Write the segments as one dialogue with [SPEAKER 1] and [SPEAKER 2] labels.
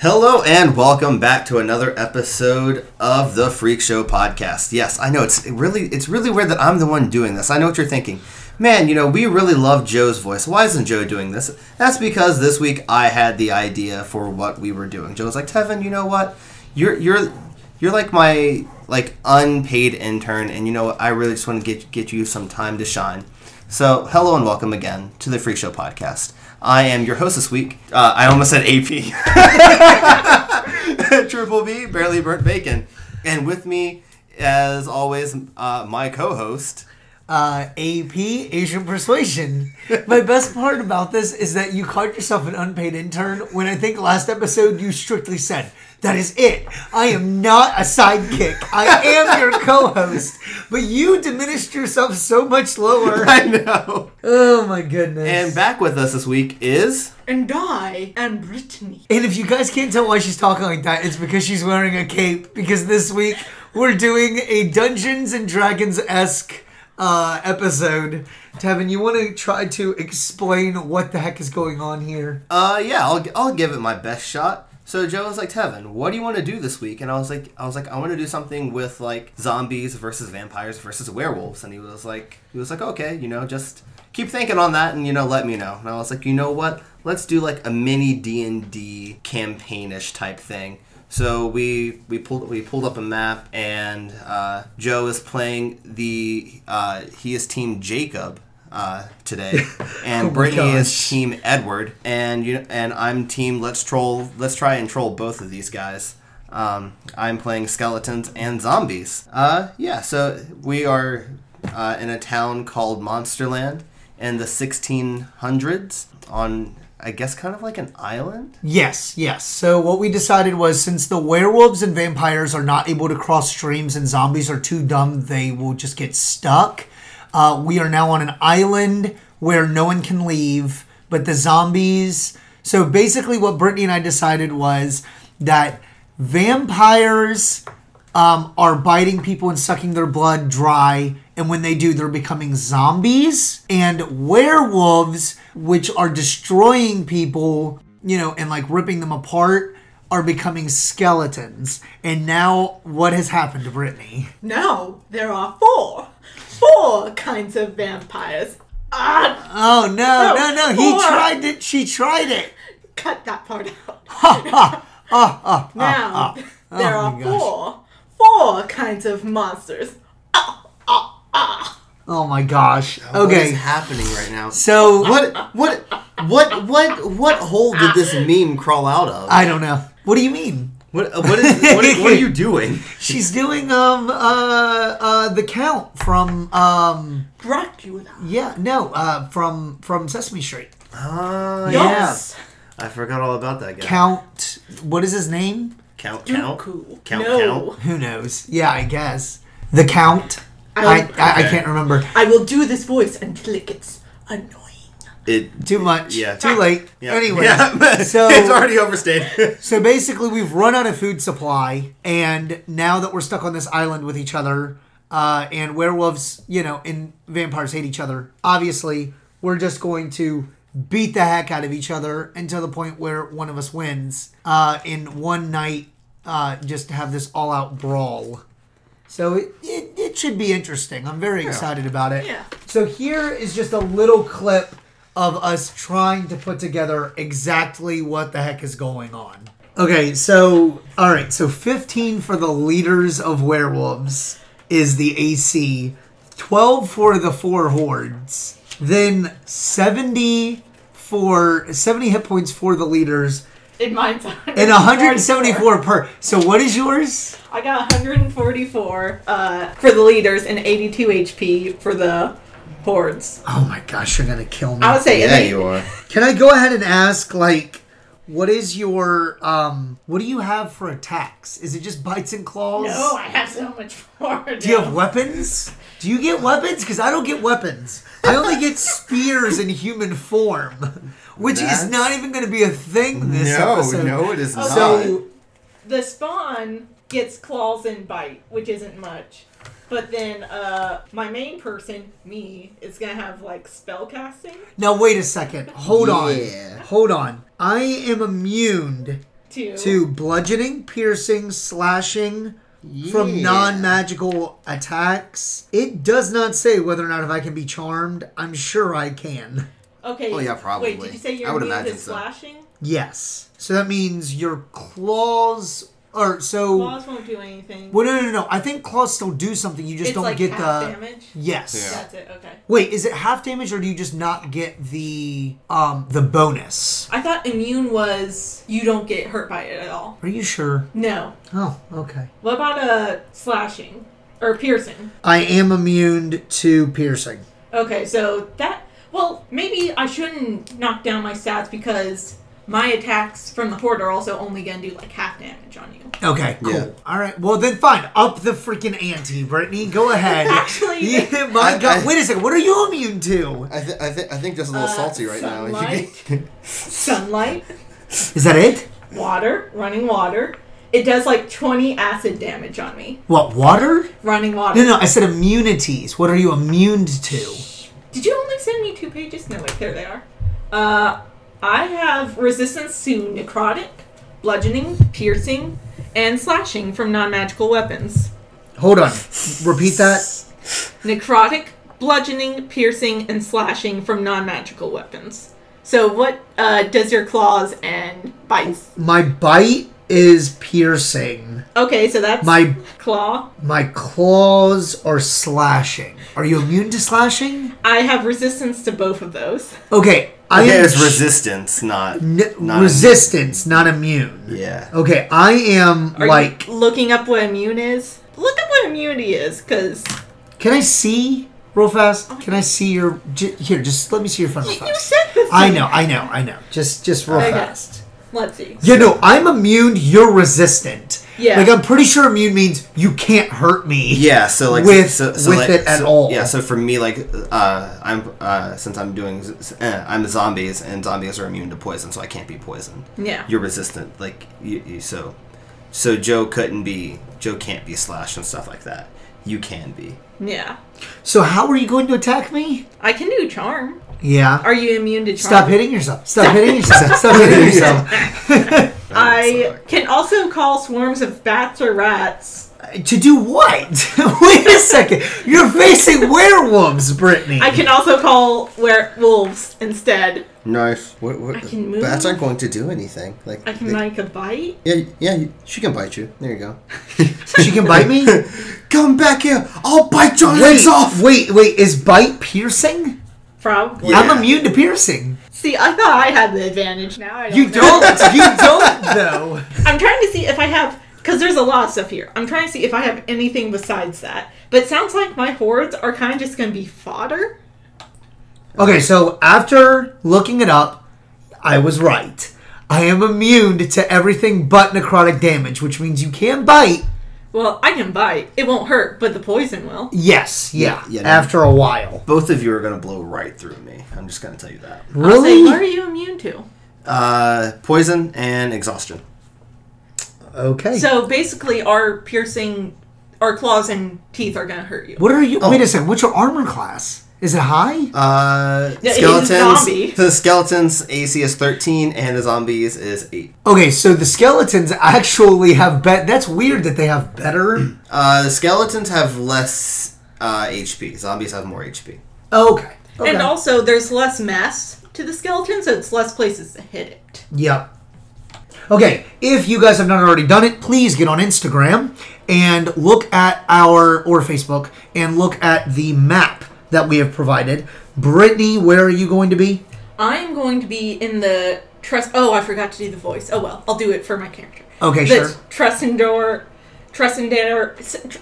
[SPEAKER 1] Hello and welcome back to another episode of the Freak Show podcast. Yes, I know it's really it's really weird that I'm the one doing this. I know what you're thinking. Man, you know, we really love Joe's voice. Why isn't Joe doing this? That's because this week I had the idea for what we were doing. Joe was like, "Tevin, you know what? You're you're you're like my like unpaid intern and you know what? I really just want to get get you some time to shine." So, hello and welcome again to the Freak Show podcast. I am your host this week. Uh, I almost said AP. Triple B, barely burnt bacon. And with me, as always, uh, my co-host.
[SPEAKER 2] uh, AP Asian Persuasion. My best part about this is that you called yourself an unpaid intern when I think last episode you strictly said, that is it. I am not a sidekick. I am your co host. But you diminished yourself so much lower.
[SPEAKER 1] I know.
[SPEAKER 2] Oh my goodness.
[SPEAKER 1] And back with us this week is
[SPEAKER 3] And I am Brittany.
[SPEAKER 2] And if you guys can't tell why she's talking like that, it's because she's wearing a cape. Because this week we're doing a Dungeons and Dragons esque uh, episode. Tevin, you want to try to explain what the heck is going on here?
[SPEAKER 1] uh yeah, I'll I'll give it my best shot. So Joe was like, "Tevin, what do you want to do this week?" And I was like, "I was like, I want to do something with like zombies versus vampires versus werewolves." And he was like, "He was like, okay, you know, just keep thinking on that, and you know, let me know." And I was like, "You know what? Let's do like a mini D and D campaignish type thing." So we we pulled we pulled up a map, and uh, Joe is playing the uh, he is Team Jacob uh, today, and Brittany is
[SPEAKER 2] gosh.
[SPEAKER 1] Team Edward, and you and I'm Team Let's Troll. Let's try and troll both of these guys. Um, I'm playing skeletons and zombies. Uh, yeah, so we are uh, in a town called Monsterland in the 1600s on I guess kind of like an island.
[SPEAKER 2] Yes, yes. So what we decided was since the werewolves and vampires are not able to cross streams and zombies are too dumb, they will just get stuck. Uh, we are now on an island where no one can leave, but the zombies. So basically, what Brittany and I decided was that vampires um, are biting people and sucking their blood dry. And when they do, they're becoming zombies and werewolves, which are destroying people, you know, and like ripping them apart, are becoming skeletons. And now, what has happened to Brittany?
[SPEAKER 3] Now there are four, four kinds of vampires. Ah,
[SPEAKER 2] Oh no, no,
[SPEAKER 3] Oh,
[SPEAKER 2] no! He
[SPEAKER 3] four.
[SPEAKER 2] tried it. She tried it.
[SPEAKER 3] cut that part out. now there
[SPEAKER 2] Ah, Oh
[SPEAKER 3] are
[SPEAKER 2] my gosh.
[SPEAKER 3] four, four kinds of monsters.
[SPEAKER 2] Oh my gosh.
[SPEAKER 1] What is
[SPEAKER 2] Okay.
[SPEAKER 1] happening right now?
[SPEAKER 2] So
[SPEAKER 1] What what what what what hole did this meme crawl out of?
[SPEAKER 2] I don't know. What do you mean?
[SPEAKER 1] what uh, what is what, is- what are you doing?
[SPEAKER 2] She's doing um uh uh the count from um
[SPEAKER 3] Dracula.
[SPEAKER 2] yeah no uh from from Sesame Street. Oh,
[SPEAKER 1] Uh,
[SPEAKER 3] Yes.
[SPEAKER 1] I forgot all about that guy.
[SPEAKER 2] Count. What is his name?
[SPEAKER 1] count count
[SPEAKER 3] Dooku.
[SPEAKER 1] count
[SPEAKER 3] no.
[SPEAKER 1] count.
[SPEAKER 2] Who knows? Yeah, I guess the count. I I,
[SPEAKER 3] I-
[SPEAKER 2] I, can't remember.
[SPEAKER 3] I will do this voice until it gets annoying.
[SPEAKER 1] It
[SPEAKER 2] Too much.
[SPEAKER 1] Yeah.
[SPEAKER 2] Too late.
[SPEAKER 1] yeah.
[SPEAKER 2] Anyway.
[SPEAKER 1] Yeah.
[SPEAKER 2] so
[SPEAKER 1] it's already overstated.
[SPEAKER 2] So basically, we've run out of food supply, and now that we're stuck on this island with each other, uh, and werewolves, you know, and vampires hate each other, obviously, we're just going to beat the heck out of each other until the point where one of us wins uh, in one night, uh, just have this all out brawl. So it, it, it should be interesting. I'm very excited about it.
[SPEAKER 3] Yeah.
[SPEAKER 2] So here is just a little clip of us trying to put together exactly what the heck is going on. Okay, so all right, so 15 for the leaders of werewolves is the AC 12 for the four hordes, then 70 for 70 hit points for the leaders,
[SPEAKER 3] In mine's
[SPEAKER 2] and 174 per. So what is yours?
[SPEAKER 3] I got 144 uh, for the leaders and 82 HP for the hordes.
[SPEAKER 2] Oh my gosh, you're gonna kill me.
[SPEAKER 3] I would say, and
[SPEAKER 1] Yeah,
[SPEAKER 3] they-
[SPEAKER 1] you are.
[SPEAKER 2] Can I go ahead and ask, like, what is your um? What do you have for attacks? Is it just bites and claws?
[SPEAKER 3] No, I have so much more.
[SPEAKER 2] Do you have weapons? Do you get weapons? Because I don't get weapons. I only get spears in human form, which
[SPEAKER 1] That's-
[SPEAKER 2] is not even going to be a thing this
[SPEAKER 1] no,
[SPEAKER 2] episode.
[SPEAKER 1] no, it is not.
[SPEAKER 2] So
[SPEAKER 3] the spawn gets claws and bite, which isn't much. But then uh, my main person, me, is gonna have like spell casting
[SPEAKER 2] now wait a second. Hold
[SPEAKER 1] Yeah.
[SPEAKER 2] on. Hold on. I am immune
[SPEAKER 3] to
[SPEAKER 2] to bludgeoning, piercing, slashing from
[SPEAKER 1] Yeah.
[SPEAKER 2] non-magical attacks. It does not say whether or not if I can be charmed. I'm sure I can.
[SPEAKER 3] Okay.
[SPEAKER 1] Oh, yeah,
[SPEAKER 3] Wait,
[SPEAKER 1] probably.
[SPEAKER 3] did you say
[SPEAKER 1] I
[SPEAKER 3] you're
[SPEAKER 1] would
[SPEAKER 3] immune to
[SPEAKER 1] imagine so.
[SPEAKER 3] slashing?
[SPEAKER 2] Yes. So that means your claws are so
[SPEAKER 3] Claws won't do anything.
[SPEAKER 2] Well, no, no, no. I think claws still do something. You just
[SPEAKER 3] it's
[SPEAKER 2] don't
[SPEAKER 3] like
[SPEAKER 2] get
[SPEAKER 3] half
[SPEAKER 2] the
[SPEAKER 3] damage.
[SPEAKER 2] yes.
[SPEAKER 1] Yeah.
[SPEAKER 3] That's it. Okay.
[SPEAKER 2] Wait, is it half damage or do you just not get the um the bonus?
[SPEAKER 3] I thought immune was you don't get hurt by it at all.
[SPEAKER 2] Are you sure?
[SPEAKER 3] No.
[SPEAKER 2] Oh, okay.
[SPEAKER 3] What about uh slashing or piercing?
[SPEAKER 2] I am immune to piercing.
[SPEAKER 3] Okay, so that well, maybe I shouldn't knock down my stats because my attacks from the horde are also only gonna do like half damage on you.
[SPEAKER 2] Okay, cool.
[SPEAKER 1] Yeah.
[SPEAKER 2] All right. Well, then fine. Up the freaking ante, Brittany. Go ahead.
[SPEAKER 3] Actually-
[SPEAKER 2] yeah, my
[SPEAKER 1] I-
[SPEAKER 2] God.
[SPEAKER 1] I-
[SPEAKER 2] Wait a second. What are you immune to?
[SPEAKER 1] I, th- I, th- I think that's a little
[SPEAKER 3] Uh,
[SPEAKER 1] salty right now. You
[SPEAKER 3] sunlight?
[SPEAKER 1] can-
[SPEAKER 3] Sunlight,
[SPEAKER 2] Is that it?
[SPEAKER 3] water, running water. It does like twenty acid damage on me.
[SPEAKER 2] What water?
[SPEAKER 3] Running water.
[SPEAKER 2] No, no. I said immunities. What are you immune to?
[SPEAKER 3] Did you only send me two pages? No, wait, there they are. Uh, I have resistance to necrotic, bludgeoning, piercing, and slashing from non magical weapons.
[SPEAKER 2] Hold on. Repeat that.
[SPEAKER 3] Necrotic, bludgeoning, piercing, and slashing from non magical weapons. So, what uh, does your claws and bites?
[SPEAKER 2] My bite is piercing.
[SPEAKER 3] Okay, so that's
[SPEAKER 2] My-
[SPEAKER 3] claw.
[SPEAKER 2] My claws are slashing. Are you immune to slashing?
[SPEAKER 3] I have resistance to both of those.
[SPEAKER 2] Okay, I
[SPEAKER 1] Okay,
[SPEAKER 2] am
[SPEAKER 1] it's
[SPEAKER 2] sh-
[SPEAKER 1] resistance, not.
[SPEAKER 2] n-
[SPEAKER 1] not
[SPEAKER 2] resistance, not immune.
[SPEAKER 1] Yeah.
[SPEAKER 2] Okay, I am
[SPEAKER 3] Are you
[SPEAKER 2] like.
[SPEAKER 3] looking up what immune is? Look up what immunity is, because
[SPEAKER 2] Can I see real fast? Can I see your j- here? Just let me see your phone real
[SPEAKER 3] Oh you
[SPEAKER 2] fast.
[SPEAKER 3] said this.
[SPEAKER 2] Uh-huh. I know, I know, I know. Just, just real
[SPEAKER 3] Okay.
[SPEAKER 2] fast.
[SPEAKER 3] Let's see.
[SPEAKER 2] Yeah, no, I'm immune. You're resistant.
[SPEAKER 3] Yeah.
[SPEAKER 2] Like I'm pretty sure immune means you can't hurt me.
[SPEAKER 1] Yeah, so like
[SPEAKER 2] With-
[SPEAKER 1] so, so,
[SPEAKER 2] with
[SPEAKER 1] like,
[SPEAKER 2] it at
[SPEAKER 1] so-
[SPEAKER 2] all.
[SPEAKER 1] Yeah, so for me, like uh, I'm uh, since I'm doing z- uh, I'm zombies and zombies are immune to poison, so I can't be poisoned.
[SPEAKER 3] Yeah.
[SPEAKER 1] you're resistant. Like you, you so so Joe couldn't be Joe can't be slashed and stuff like that. You can be.
[SPEAKER 3] Yeah.
[SPEAKER 2] So how are you going to attack me?
[SPEAKER 3] I can do charm.
[SPEAKER 2] Yeah.
[SPEAKER 3] Are you immune to charm?
[SPEAKER 2] Stop hitting yourself. Stop hitting yourself. Stop hitting yourself.
[SPEAKER 3] I can also call swarms of bats or rats.
[SPEAKER 2] To do what? Wait a second. You're facing werewolves, Brittany.
[SPEAKER 3] I can also call werewolves instead.
[SPEAKER 1] Nice. What, what,
[SPEAKER 3] I can move.
[SPEAKER 1] Bats aren't going to do anything. Like
[SPEAKER 3] I can
[SPEAKER 1] they-
[SPEAKER 3] make a bite.
[SPEAKER 1] Yeah, yeah. you- She can bite you. There you go.
[SPEAKER 2] She can bite me?
[SPEAKER 1] Come back here. I'll bite your
[SPEAKER 2] Wait,
[SPEAKER 1] legs off.
[SPEAKER 2] wait, wait. Is bite piercing?
[SPEAKER 3] Probably.
[SPEAKER 1] Yeah.
[SPEAKER 2] I'm immune to piercing.
[SPEAKER 3] See, I thought I had the advantage. Now I don't.
[SPEAKER 2] You
[SPEAKER 3] know.
[SPEAKER 2] don't. you don't, though.
[SPEAKER 3] I'm trying to see if I have. Because there's a lot of stuff here. I'm trying to see if I have anything besides that. But it sounds like my hordes are kind of just going to be fodder.
[SPEAKER 2] Okay, so after looking it up, I was right. I am immune to everything but necrotic damage, which means you can bite.
[SPEAKER 3] Well, I can bite. It won't hurt, but the poison will.
[SPEAKER 2] Yes, yeah.
[SPEAKER 1] Yeah, yeah, no.
[SPEAKER 2] after a while.
[SPEAKER 1] Both of you are gonna blow right through me. I'm just gonna tell you that.
[SPEAKER 3] Say, what
[SPEAKER 2] Really?
[SPEAKER 3] are you immune to?
[SPEAKER 1] Uh, poison and exhaustion.
[SPEAKER 2] Okay.
[SPEAKER 3] So basically, our piercing, our claws and teeth are gonna hurt you.
[SPEAKER 2] What are you? Wait a second. What's your armor class? Is it high?
[SPEAKER 1] Oh. Uh,
[SPEAKER 3] Yeah, he's a
[SPEAKER 1] skeletons.
[SPEAKER 3] zombie.
[SPEAKER 1] The skeletons AC is thirteen, and the zombies is eight.
[SPEAKER 2] Okay, so the skeletons actually have bet. That's weird that they have better.
[SPEAKER 1] Uh, the skeletons have less uh, HP. Zombies have more HP.
[SPEAKER 2] okay. okay.
[SPEAKER 3] And also, there's less mess to the skeleton, so it's less places to hit it.
[SPEAKER 2] Yep. Okay, if you guys have not already done it, please get on Instagram and look at our, or Facebook, and look at the map that we have provided. Brittany, where are you going to be?
[SPEAKER 3] I'm going to be in the trust. Oh, I forgot to do the voice. Oh well, I'll do it for my character.
[SPEAKER 2] Okay,
[SPEAKER 3] the
[SPEAKER 2] sure.
[SPEAKER 3] Trussendor, Trussendor, s- tr-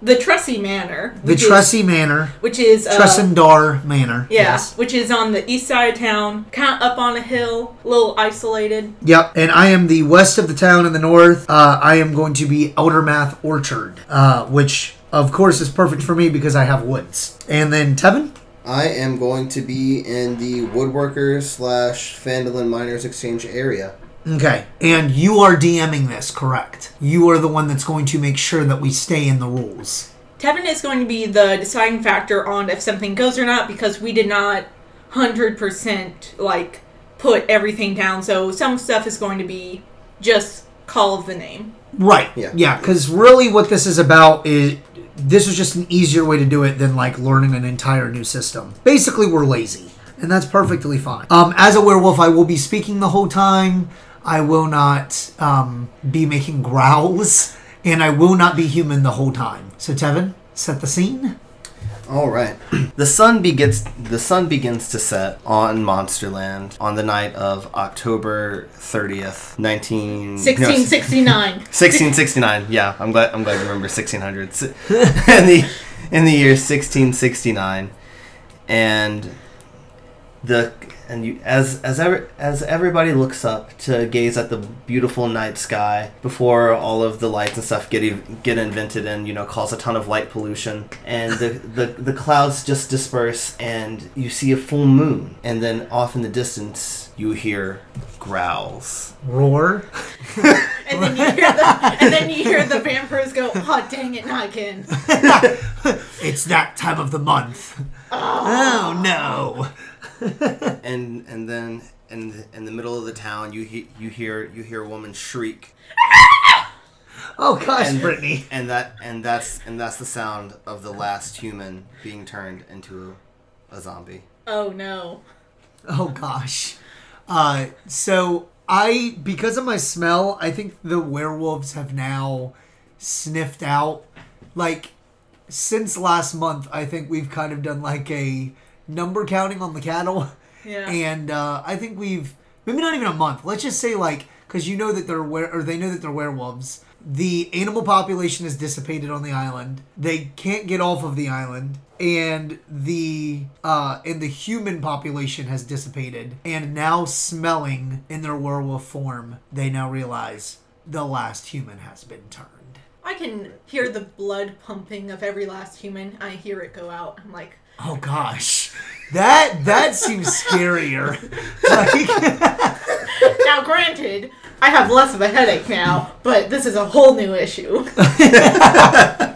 [SPEAKER 3] the Trussy Manor.
[SPEAKER 2] The
[SPEAKER 3] which is-
[SPEAKER 2] Tressy Manor,
[SPEAKER 3] which is uh,
[SPEAKER 2] Tressendar Manor.
[SPEAKER 3] Yeah, which is on the east side of town, kind of up on a hill, a little isolated.
[SPEAKER 2] Yep, and I am the west of the town in the north. Uh, I am going to be Eldermath Orchard, uh, which of course is perfect for me because I have woods. And then Tevin,
[SPEAKER 1] I am going to be in the woodworkers slash Fandolin Miners Exchange area.
[SPEAKER 2] okay, and you are DMing this, correct? You are the one that's going to make sure that we stay in the rules.
[SPEAKER 3] Tevin is going to be the deciding factor on if something goes or not because we did not 100% like put everything down. So some stuff is going to be just call of the name.
[SPEAKER 2] Right.
[SPEAKER 1] Yeah.
[SPEAKER 2] Yeah, because really, what this is about is this is just an easier way to do it than like learning an entire new system. Basically, we're lazy, and that's perfectly fine. Um, as a werewolf, I will be speaking the whole time. I will not um, be making growls, and I will not be human the whole time. So, Tevin, set the scene.
[SPEAKER 1] All right. the sun begins. The sun begins to set on Monsterland on the night of October thirtieth, nineteen. no,
[SPEAKER 3] 1669.
[SPEAKER 1] 1669. Yeah, I'm glad. I'm glad you remember 1600s. in the in the year 1669, and the and you, as as ever, as everybody looks up to gaze at the beautiful night sky before all of the lights and stuff get ev- get invented and you know cause a ton of light pollution and the, the the clouds just disperse and you see a full moon and then off in the distance you hear growls.
[SPEAKER 2] Roar.
[SPEAKER 3] and then you hear the and then you hear the vampires go, "Oh dang it, not again."
[SPEAKER 2] It's that time of the month. Oh, no.
[SPEAKER 1] and and then in in the middle of the town you he, you hear you hear a woman shriek
[SPEAKER 2] Oh gosh,
[SPEAKER 1] and
[SPEAKER 2] Brittany.
[SPEAKER 1] and that and that's and that's the sound of the last human being turned into a zombie
[SPEAKER 3] Oh no.
[SPEAKER 2] Oh gosh. Uh, so I, because of my smell, I think the werewolves have now sniffed out. Like since last month, I think we've kind of done like a number counting on the cattle,
[SPEAKER 3] Yeah.
[SPEAKER 2] and uh, I think we've maybe not even a month. Let's just say like because you know that they're were or they know that they're werewolves. The animal population is dissipated on the island. They can't get off of the island, and the uh, and the human population has dissipated. And now, smelling in their werewolf form, they now realize the last human has been turned.
[SPEAKER 3] I can hear the blood pumping of every last human. I hear it go out. I'm like,
[SPEAKER 2] Oh gosh, that that seems scarier. Like,
[SPEAKER 3] now granted, I have less of a headache now, but this is a whole new issue.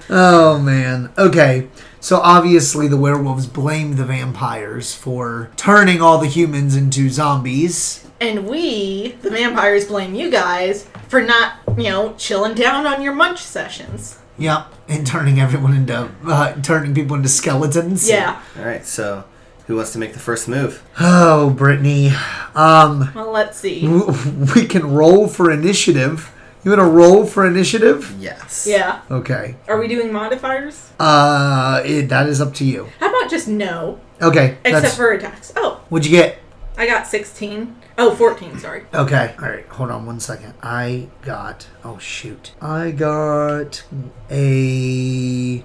[SPEAKER 2] Oh man. Okay. So obviously the werewolves blame the vampires for turning all the humans into zombies.
[SPEAKER 3] And we, the vampires, blame you guys for not, you know, chilling down on your munch sessions.
[SPEAKER 2] Yep. And turning everyone into uh, turning people into skeletons.
[SPEAKER 3] Yeah.
[SPEAKER 1] all right so who wants to make the first move
[SPEAKER 2] Oh, Brittany. Um,
[SPEAKER 3] Well, let's see.
[SPEAKER 2] w- we can roll for initiative. You want to roll for initiative?
[SPEAKER 1] yes
[SPEAKER 3] Yeah.
[SPEAKER 2] Okay.
[SPEAKER 3] Are we doing modifiers?
[SPEAKER 2] Uh, it, that is up to you.
[SPEAKER 3] How about just no?
[SPEAKER 2] Okay.
[SPEAKER 3] Except
[SPEAKER 2] that's-
[SPEAKER 3] for attacks. Oh,
[SPEAKER 2] what'd you get?
[SPEAKER 3] I got 16. Oh, 14, sorry.
[SPEAKER 2] Okay. All right. Hold on one second. I got. Oh shoot. I got a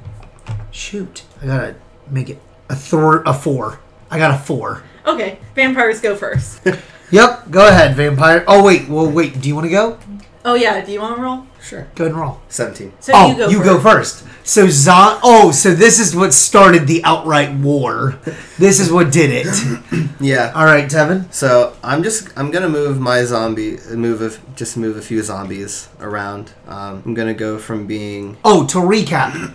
[SPEAKER 2] shoot. I gotta make it a third a four. I got a four.
[SPEAKER 3] Okay, vampires go first.
[SPEAKER 2] Yep. Go ahead, vampire. Oh wait. Well, wait. Do you want to go?
[SPEAKER 3] Oh, yeah, do you want to roll?
[SPEAKER 1] sure
[SPEAKER 2] Go ahead and roll.
[SPEAKER 1] 17
[SPEAKER 3] So
[SPEAKER 2] oh, first. So Zon. Oh, so this is what started the outright war. This is what did it.
[SPEAKER 1] yeah
[SPEAKER 2] All right, Tevin.
[SPEAKER 1] so i'm just i'm gonna move my zombie move of just move a few zombies around um, i'm gonna go from being
[SPEAKER 2] Oh, to recap,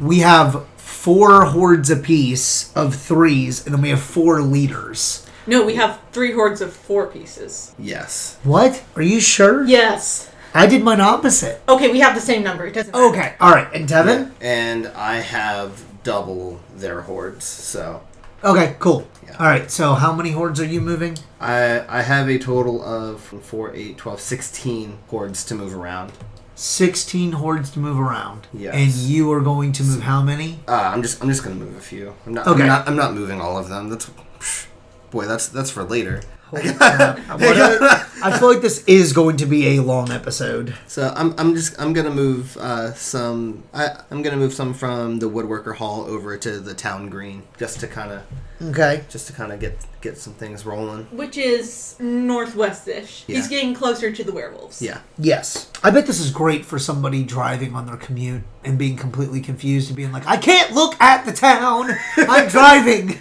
[SPEAKER 2] we have four hordes apiece of threes, and then we have four leaders.
[SPEAKER 3] No, we have three hordes of four pieces.
[SPEAKER 1] yes
[SPEAKER 2] What? Are you sure?
[SPEAKER 3] Yes.
[SPEAKER 2] I did mine opposite.
[SPEAKER 3] Okay, we have the same number. It doesn't matter.
[SPEAKER 2] Okay. All right. And Devin?
[SPEAKER 1] and i have double their hordes so
[SPEAKER 2] Okay, cool. All right, so how many hordes are you moving?
[SPEAKER 1] I I have a total of 4, 8, 12, 16 hordes to move around.
[SPEAKER 2] 16 hordes to move around.
[SPEAKER 1] Yes.
[SPEAKER 2] And you are going to move how many?
[SPEAKER 1] Uh, I'm just I'm just gonna move a few. I'm not,
[SPEAKER 2] Okay.
[SPEAKER 1] I'm not I'm not moving all of them. That's psh, boy, that's that's for later.
[SPEAKER 2] Holy crap. What a- I feel like this is going to be a long episode.
[SPEAKER 1] So I'm I'm just I'm gonna move uh, some I I'm gonna move some from the woodworker hall over to the town green just to kind of
[SPEAKER 2] Okay.
[SPEAKER 1] just to kind of get get some things rolling.
[SPEAKER 3] which is northwestish. He's
[SPEAKER 1] Yeah.
[SPEAKER 3] getting closer to the werewolves.
[SPEAKER 1] Yeah.
[SPEAKER 2] Yes. I bet this is great for somebody driving on their commute and being completely confused and being like, I can't look at the town. I'm driving.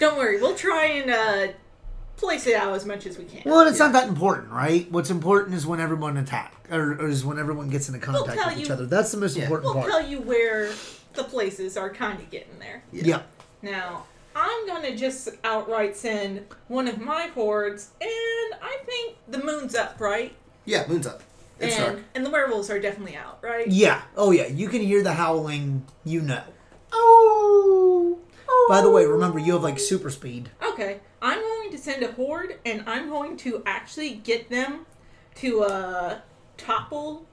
[SPEAKER 3] Don't worry, we'll try and uh, place it out as much as we can.
[SPEAKER 2] Well, it's not that important, right? What's important is when everyone attack or, or is when everyone gets into contact
[SPEAKER 3] tell
[SPEAKER 2] with each
[SPEAKER 3] you-
[SPEAKER 2] other. That's the most important
[SPEAKER 3] We'll
[SPEAKER 2] part.
[SPEAKER 3] tell you where the places are kind of getting there.
[SPEAKER 2] yeah.
[SPEAKER 3] Now, I'm gonna just outright send one of my hordes, and I think the moon's up, right?
[SPEAKER 1] Yeah. Moon's up. It's
[SPEAKER 3] and
[SPEAKER 1] dark.
[SPEAKER 3] and the werewolves are definitely out, right?
[SPEAKER 2] Yeah. Oh, yeah. You can hear the howling. You know.
[SPEAKER 3] Oh.
[SPEAKER 2] By the way, remember you have like super speed.
[SPEAKER 3] Okay, I'm going to send a horde, and I'm going to actually get them to uh, topple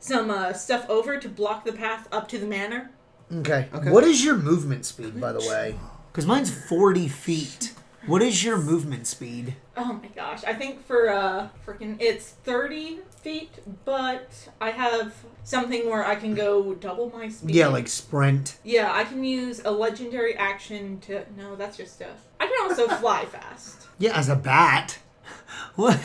[SPEAKER 3] some uh, stuff over to block the path up to the manor.
[SPEAKER 2] Okay. What is your movement speed, by the way? Because mine's forty feet. What is your movement speed?
[SPEAKER 3] Oh my gosh! I think for uh, freaking it's thirty feet, but I have something where I can go double my speed.
[SPEAKER 2] Yeah, like sprint.
[SPEAKER 3] yeah, I can use a legendary action to. No, that's just stuff. I can also fly fast.
[SPEAKER 2] Yeah, as a bat. What?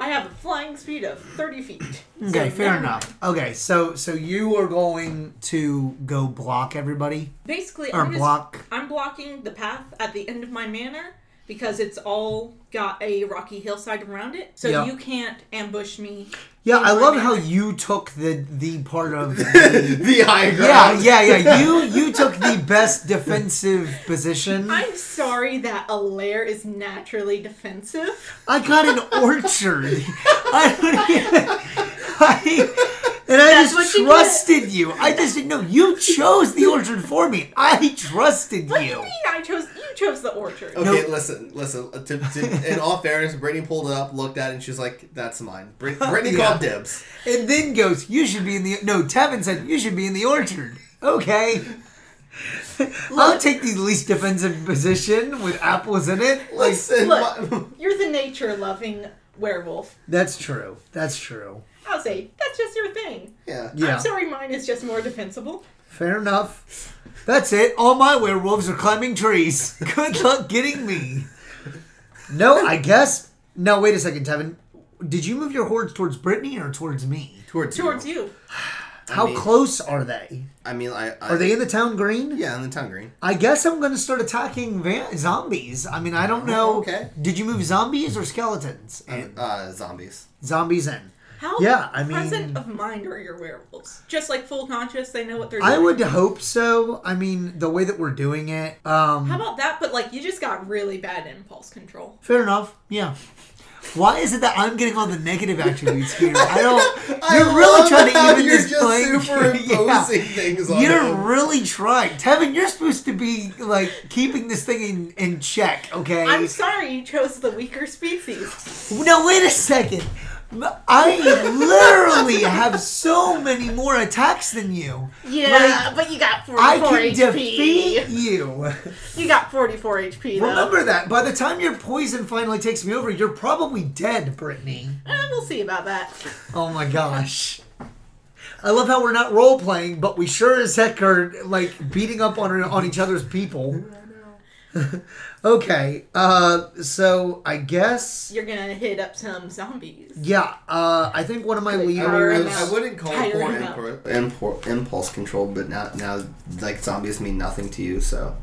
[SPEAKER 3] I have a flying speed of thirty feet.
[SPEAKER 2] okay, fair
[SPEAKER 3] So never mind.
[SPEAKER 2] enough. Okay, so so you are going to go block everybody
[SPEAKER 3] Basically,
[SPEAKER 2] or
[SPEAKER 3] I'm just-
[SPEAKER 2] block.
[SPEAKER 3] I'm blocking the path at the end of my manor because it's all got a rocky hillside around it, so
[SPEAKER 2] Yeah.
[SPEAKER 3] you can't ambush me.
[SPEAKER 2] Yeah,
[SPEAKER 3] in
[SPEAKER 2] I
[SPEAKER 3] my
[SPEAKER 2] love how
[SPEAKER 3] manor.
[SPEAKER 2] you took the the part of
[SPEAKER 1] the high
[SPEAKER 2] yeah
[SPEAKER 1] ground.
[SPEAKER 2] yeah yeah you you took the best defensive position.
[SPEAKER 3] I'm sorry that a lair is naturally defensive.
[SPEAKER 2] I got an orchard. I don't even. I, and I
[SPEAKER 3] That's
[SPEAKER 2] just
[SPEAKER 3] what you
[SPEAKER 2] trusted you. I just didn't know. You chose the orchard for me. I trusted
[SPEAKER 3] What do you
[SPEAKER 2] you.
[SPEAKER 3] mean I chose? You chose the orchard.
[SPEAKER 1] Okay,
[SPEAKER 2] No.
[SPEAKER 1] listen, listen. uh, To, to, in all fairness, Brittany pulled it up, looked at it, and she's like, "That's mine." Brit- Brittany
[SPEAKER 2] Yeah.
[SPEAKER 1] called dibs.
[SPEAKER 2] And then goes, You should be in the. No, Tevin said, You should be in the orchard. Okay. I'll take the least defensive position with apples in it. Like,
[SPEAKER 1] Listen,
[SPEAKER 3] Look.
[SPEAKER 1] my-
[SPEAKER 3] You're the nature-loving werewolf.
[SPEAKER 2] that's true. That's true.
[SPEAKER 3] I'll say that's just your thing.
[SPEAKER 1] yeah,
[SPEAKER 2] Yeah.
[SPEAKER 3] I'm sorry, mine is just more defensible.
[SPEAKER 2] Fair enough. That's it. All my werewolves are climbing trees. Good luck getting me. No, I guess. No, wait a second, Tevin. Did you move your hordes towards Brittany or towards me?
[SPEAKER 1] towards
[SPEAKER 3] Towards
[SPEAKER 1] you.
[SPEAKER 3] you,
[SPEAKER 2] How
[SPEAKER 1] mean-
[SPEAKER 2] close are they?
[SPEAKER 1] I mean, I, I
[SPEAKER 2] Are they in the town green?
[SPEAKER 1] Yeah, in the town green.
[SPEAKER 2] I guess I'm going to start attacking va- zombies. I mean, I don't know.
[SPEAKER 1] Oh, Okay.
[SPEAKER 2] Did you move zombies or skeletons? In?
[SPEAKER 1] Uh, zombies.
[SPEAKER 2] zombies in.
[SPEAKER 3] how
[SPEAKER 2] Yeah, I mean-
[SPEAKER 3] present of mind are your werewolves? Just like full conscious, they know what they're doing.
[SPEAKER 2] I would hope so. I mean, the way that we're doing it. Um,
[SPEAKER 3] How about that? But like, you just got really bad impulse control.
[SPEAKER 2] Fair enough. Yeah. Why is it that I'm getting all the negative attributes here? I don't.
[SPEAKER 1] I
[SPEAKER 2] You're really
[SPEAKER 1] love
[SPEAKER 2] trying to
[SPEAKER 1] how
[SPEAKER 2] even
[SPEAKER 1] you're
[SPEAKER 2] this
[SPEAKER 1] just
[SPEAKER 2] playing.
[SPEAKER 1] superimposing things on
[SPEAKER 2] You're
[SPEAKER 1] him.
[SPEAKER 2] really trying, Tevin. You're supposed to be like keeping this thing in, in check, okay?
[SPEAKER 3] I'm sorry you chose the weaker species.
[SPEAKER 2] Now wait a second. I literally have so many more attacks than you. Like,
[SPEAKER 3] but you got 44
[SPEAKER 2] I can defeat you.
[SPEAKER 3] You got 44 HP, though.
[SPEAKER 2] Remember that. By the time your poison finally takes me over, you're probably dead, Brittany.
[SPEAKER 3] Eh, we'll see about that.
[SPEAKER 2] Oh my gosh. I love how we're not role playing, but we sure as heck are like beating up on on each other's people. okay, uh, so I guess
[SPEAKER 3] You're gonna hit up some zombies.
[SPEAKER 2] yeah, uh, I think one of my
[SPEAKER 3] Fair
[SPEAKER 1] I,
[SPEAKER 2] leaders.
[SPEAKER 3] enough.
[SPEAKER 1] I wouldn't call it
[SPEAKER 3] Tired
[SPEAKER 1] poor
[SPEAKER 3] enough.
[SPEAKER 1] impor- impor- impulse control, but now now like zombies mean nothing to you. So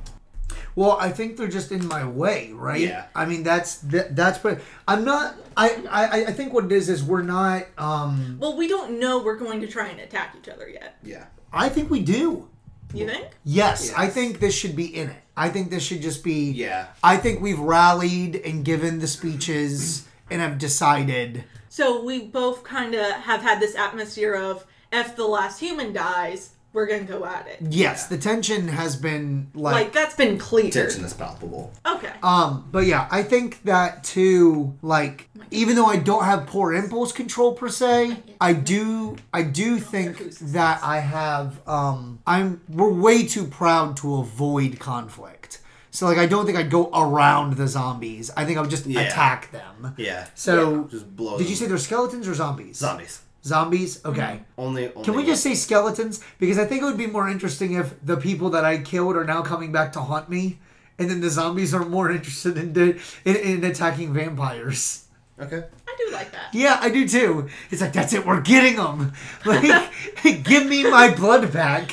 [SPEAKER 2] Well, I think they're just in my way, right?
[SPEAKER 1] Yeah.
[SPEAKER 2] I mean, that's that, that's what I'm not. I, I I- I think what it is is we're not. Um,
[SPEAKER 3] Well, we don't know we're going to try and attack each other yet.
[SPEAKER 1] yeah,
[SPEAKER 2] I think we do.
[SPEAKER 3] You think?
[SPEAKER 2] Yes, I think this should be in it. I think this should just be.
[SPEAKER 1] Yeah.
[SPEAKER 2] I think we've rallied and given the speeches and have decided.
[SPEAKER 3] So we both kind of have had this atmosphere of if the last human dies, we're gonna go at it.
[SPEAKER 2] Yes, the tension has been
[SPEAKER 3] Like that's been clear.
[SPEAKER 1] Tension is palpable.
[SPEAKER 3] Okay.
[SPEAKER 2] Um, but yeah, I think that too. Like, even though I don't have poor impulse control per se, I do. I do think that I have. Um, I'm. We're way too proud to avoid conflict. So like, I don't think I'd go around the zombies. I think I would just
[SPEAKER 1] Yeah.
[SPEAKER 2] attack them.
[SPEAKER 1] Yeah.
[SPEAKER 2] So
[SPEAKER 1] Just blow
[SPEAKER 2] Did
[SPEAKER 1] them.
[SPEAKER 2] you say they're skeletons or zombies?
[SPEAKER 1] Zombies.
[SPEAKER 2] Zombies. Okay.
[SPEAKER 1] Only. only
[SPEAKER 2] Can we just say skeletons? Because I think it would be more interesting if the people that I killed are now coming back to haunt me, and then the zombies are more interested in in, in attacking vampires.
[SPEAKER 1] Okay.
[SPEAKER 3] I do like that.
[SPEAKER 2] Yeah, I do too. It's like that's it. We're getting them. Like, give me my blood back.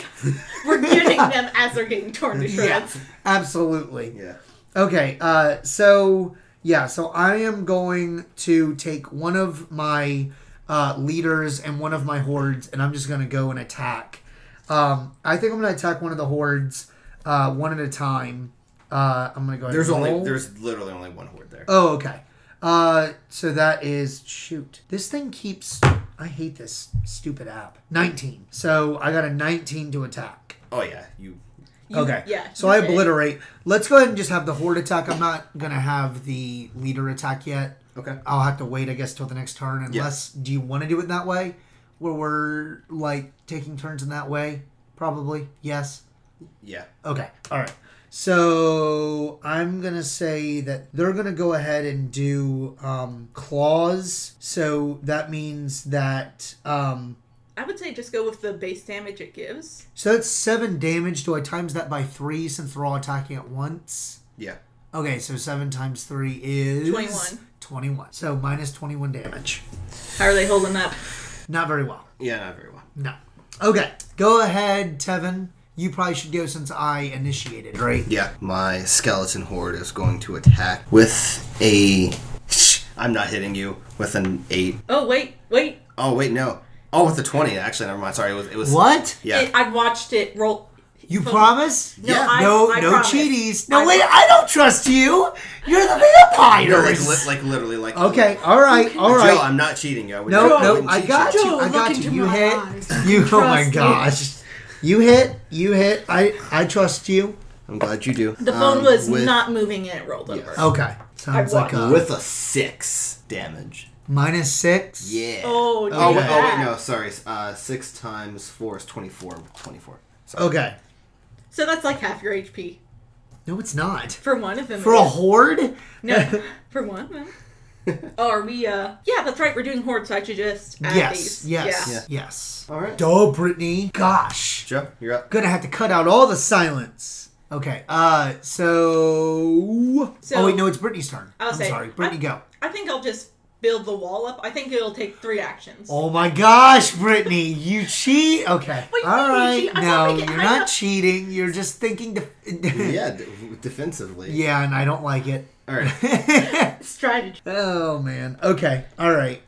[SPEAKER 3] We're getting them as they're getting torn to shreds.
[SPEAKER 2] Absolutely.
[SPEAKER 1] Yeah.
[SPEAKER 2] Okay. Uh. So yeah. So I am going to take one of my uh, leaders and one of my hordes, and I'm just gonna go and attack. Um. I think I'm gonna attack one of the hordes, uh, one at a time. Uh. I'm gonna go. Ahead
[SPEAKER 1] There's
[SPEAKER 2] and
[SPEAKER 1] only.
[SPEAKER 2] roll.
[SPEAKER 1] There's literally only one horde there.
[SPEAKER 2] Oh. Okay. Uh. So that is shoot. This thing keeps. I hate this stupid app. 19. So I got a 19 to attack.
[SPEAKER 1] Oh yeah. You.
[SPEAKER 3] You-
[SPEAKER 2] okay.
[SPEAKER 3] Yeah.
[SPEAKER 2] So
[SPEAKER 3] you
[SPEAKER 2] I
[SPEAKER 3] did.
[SPEAKER 2] obliterate. Let's go ahead and just have the horde attack. I'm not gonna have the leader attack yet.
[SPEAKER 1] Okay.
[SPEAKER 2] I'll have to wait, I guess, till the next turn. Unless, do you want to do it that way, where we're like taking turns in that way? Probably. Yes.
[SPEAKER 1] Yeah.
[SPEAKER 2] Okay. All right. So I'm gonna say that they're gonna go ahead and do um, claws. So that means that um,
[SPEAKER 3] I would say just go with the base damage it gives.
[SPEAKER 2] so that's seven damage. Do I times that by three since they're all attacking at once?
[SPEAKER 1] Yeah.
[SPEAKER 2] Okay, so seven times three is
[SPEAKER 3] 21.
[SPEAKER 2] 21. So minus 21 damage.
[SPEAKER 3] How are they holding up?
[SPEAKER 2] Not very well.
[SPEAKER 1] Yeah. Not very well.
[SPEAKER 2] No. Okay, go ahead, Tevin. You probably should go since I initiated, right?
[SPEAKER 1] Yeah. My skeleton horde is going to attack with a. I'm not hitting you with an eight.
[SPEAKER 3] Oh wait, wait.
[SPEAKER 1] Oh wait, no. Oh, with the twenty. Actually, never mind. Sorry. It was. It was.
[SPEAKER 2] What?
[SPEAKER 1] Yeah.
[SPEAKER 3] It, I watched it roll.
[SPEAKER 2] You
[SPEAKER 3] Boom.
[SPEAKER 2] promise?
[SPEAKER 3] No,
[SPEAKER 1] Yeah.
[SPEAKER 3] I,
[SPEAKER 2] no,
[SPEAKER 3] I
[SPEAKER 2] no
[SPEAKER 3] promise.
[SPEAKER 2] cheaties. No,
[SPEAKER 3] I
[SPEAKER 2] wait,
[SPEAKER 3] promise.
[SPEAKER 2] I don't trust you. You're the
[SPEAKER 1] No, like,
[SPEAKER 2] vampires.
[SPEAKER 1] li- like literally, like.
[SPEAKER 2] okay, all right, all
[SPEAKER 1] Jill,
[SPEAKER 2] right.
[SPEAKER 1] I'm not cheating you. I would-
[SPEAKER 2] No,
[SPEAKER 1] I
[SPEAKER 2] no,
[SPEAKER 1] wouldn't
[SPEAKER 2] I
[SPEAKER 1] cheat
[SPEAKER 2] got
[SPEAKER 3] Joe,
[SPEAKER 2] you. I
[SPEAKER 3] look
[SPEAKER 2] got
[SPEAKER 3] into
[SPEAKER 2] you. You
[SPEAKER 3] my
[SPEAKER 2] hit.
[SPEAKER 3] eyes.
[SPEAKER 2] You. Oh my
[SPEAKER 3] Trust me.
[SPEAKER 2] gosh. You hit. You hit. I. I trust you.
[SPEAKER 1] I'm glad you do.
[SPEAKER 3] The phone
[SPEAKER 1] Um,
[SPEAKER 3] was
[SPEAKER 1] with,
[SPEAKER 3] not moving and it rolled over. Oh,
[SPEAKER 2] Okay. Sounds
[SPEAKER 3] I
[SPEAKER 2] like a
[SPEAKER 1] with a six damage.
[SPEAKER 2] minus six.
[SPEAKER 1] Yeah.
[SPEAKER 3] did
[SPEAKER 1] Oh, wait,
[SPEAKER 2] Okay.
[SPEAKER 1] oh wait,
[SPEAKER 3] that.
[SPEAKER 1] no, sorry. Uh, six times four is 24. 24. Sorry.
[SPEAKER 2] Okay.
[SPEAKER 3] So that's like half your HP
[SPEAKER 2] No, it's not.
[SPEAKER 3] for one of them.
[SPEAKER 2] For
[SPEAKER 3] it
[SPEAKER 2] a
[SPEAKER 3] is.
[SPEAKER 2] horde?
[SPEAKER 3] No, for one. no. oh, are we? uh Yeah, that's right. We're doing horde, so I should just add
[SPEAKER 2] Yes,
[SPEAKER 3] these.
[SPEAKER 2] yes,
[SPEAKER 3] Yeah.
[SPEAKER 2] yes.
[SPEAKER 1] All right.
[SPEAKER 2] Duh, Brittany. Gosh.
[SPEAKER 1] Joe, you're up.
[SPEAKER 2] Gonna have to cut out all the silence. Okay, uh, so.
[SPEAKER 3] So-
[SPEAKER 2] oh, wait, no, it's Brittany's turn.
[SPEAKER 3] I was
[SPEAKER 2] I'm
[SPEAKER 3] saying,
[SPEAKER 2] sorry. Brittany,
[SPEAKER 3] I-
[SPEAKER 2] go.
[SPEAKER 3] I think I'll just build the wall up. I think it'll take three actions.
[SPEAKER 2] Oh my gosh, Brittany, you cheat. Okay.
[SPEAKER 3] Wait,
[SPEAKER 2] all
[SPEAKER 3] wait,
[SPEAKER 2] right.
[SPEAKER 3] cheat. I thought
[SPEAKER 2] No,
[SPEAKER 3] we get-
[SPEAKER 2] you're
[SPEAKER 3] I
[SPEAKER 2] not
[SPEAKER 3] thought-
[SPEAKER 2] cheating. You're just thinking. def
[SPEAKER 1] Yeah, d- defensively.
[SPEAKER 2] Hmm. yeah, and I don't like it.
[SPEAKER 1] All right.
[SPEAKER 3] Strategy.
[SPEAKER 2] Oh, man. Okay, all right.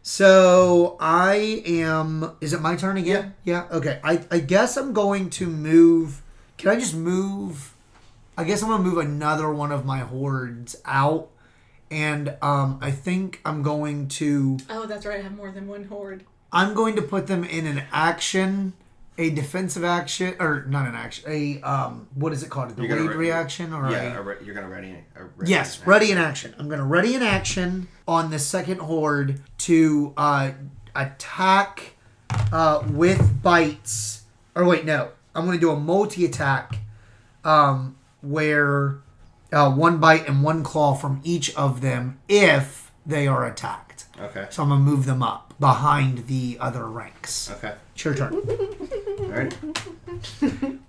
[SPEAKER 2] So I am. Is it my turn again? Yeah. Okay. I, I guess I'm going to move. Can I just move? I guess I'm gonna move another one of my hordes out, and um, I think I'm going to.
[SPEAKER 3] Oh, that's right. I have more than one horde.
[SPEAKER 2] I'm going to put them in an action, a defensive action, or not an action. A um, what is it called? A
[SPEAKER 1] gonna
[SPEAKER 2] delayed
[SPEAKER 1] re-
[SPEAKER 2] reaction or
[SPEAKER 1] Yeah,
[SPEAKER 2] a,
[SPEAKER 1] are re- you're going to ready, are
[SPEAKER 2] Yes, ready in action. I'm going to ready in action on the second horde to uh, attack uh, with bites. Or wait, no. I'm going to do a multi attack um, where uh, one bite and one claw from each of them if they are attacked.
[SPEAKER 1] Okay.
[SPEAKER 2] So I'm going to move them up behind the other ranks.
[SPEAKER 1] Okay.
[SPEAKER 2] It's your turn.
[SPEAKER 1] All right.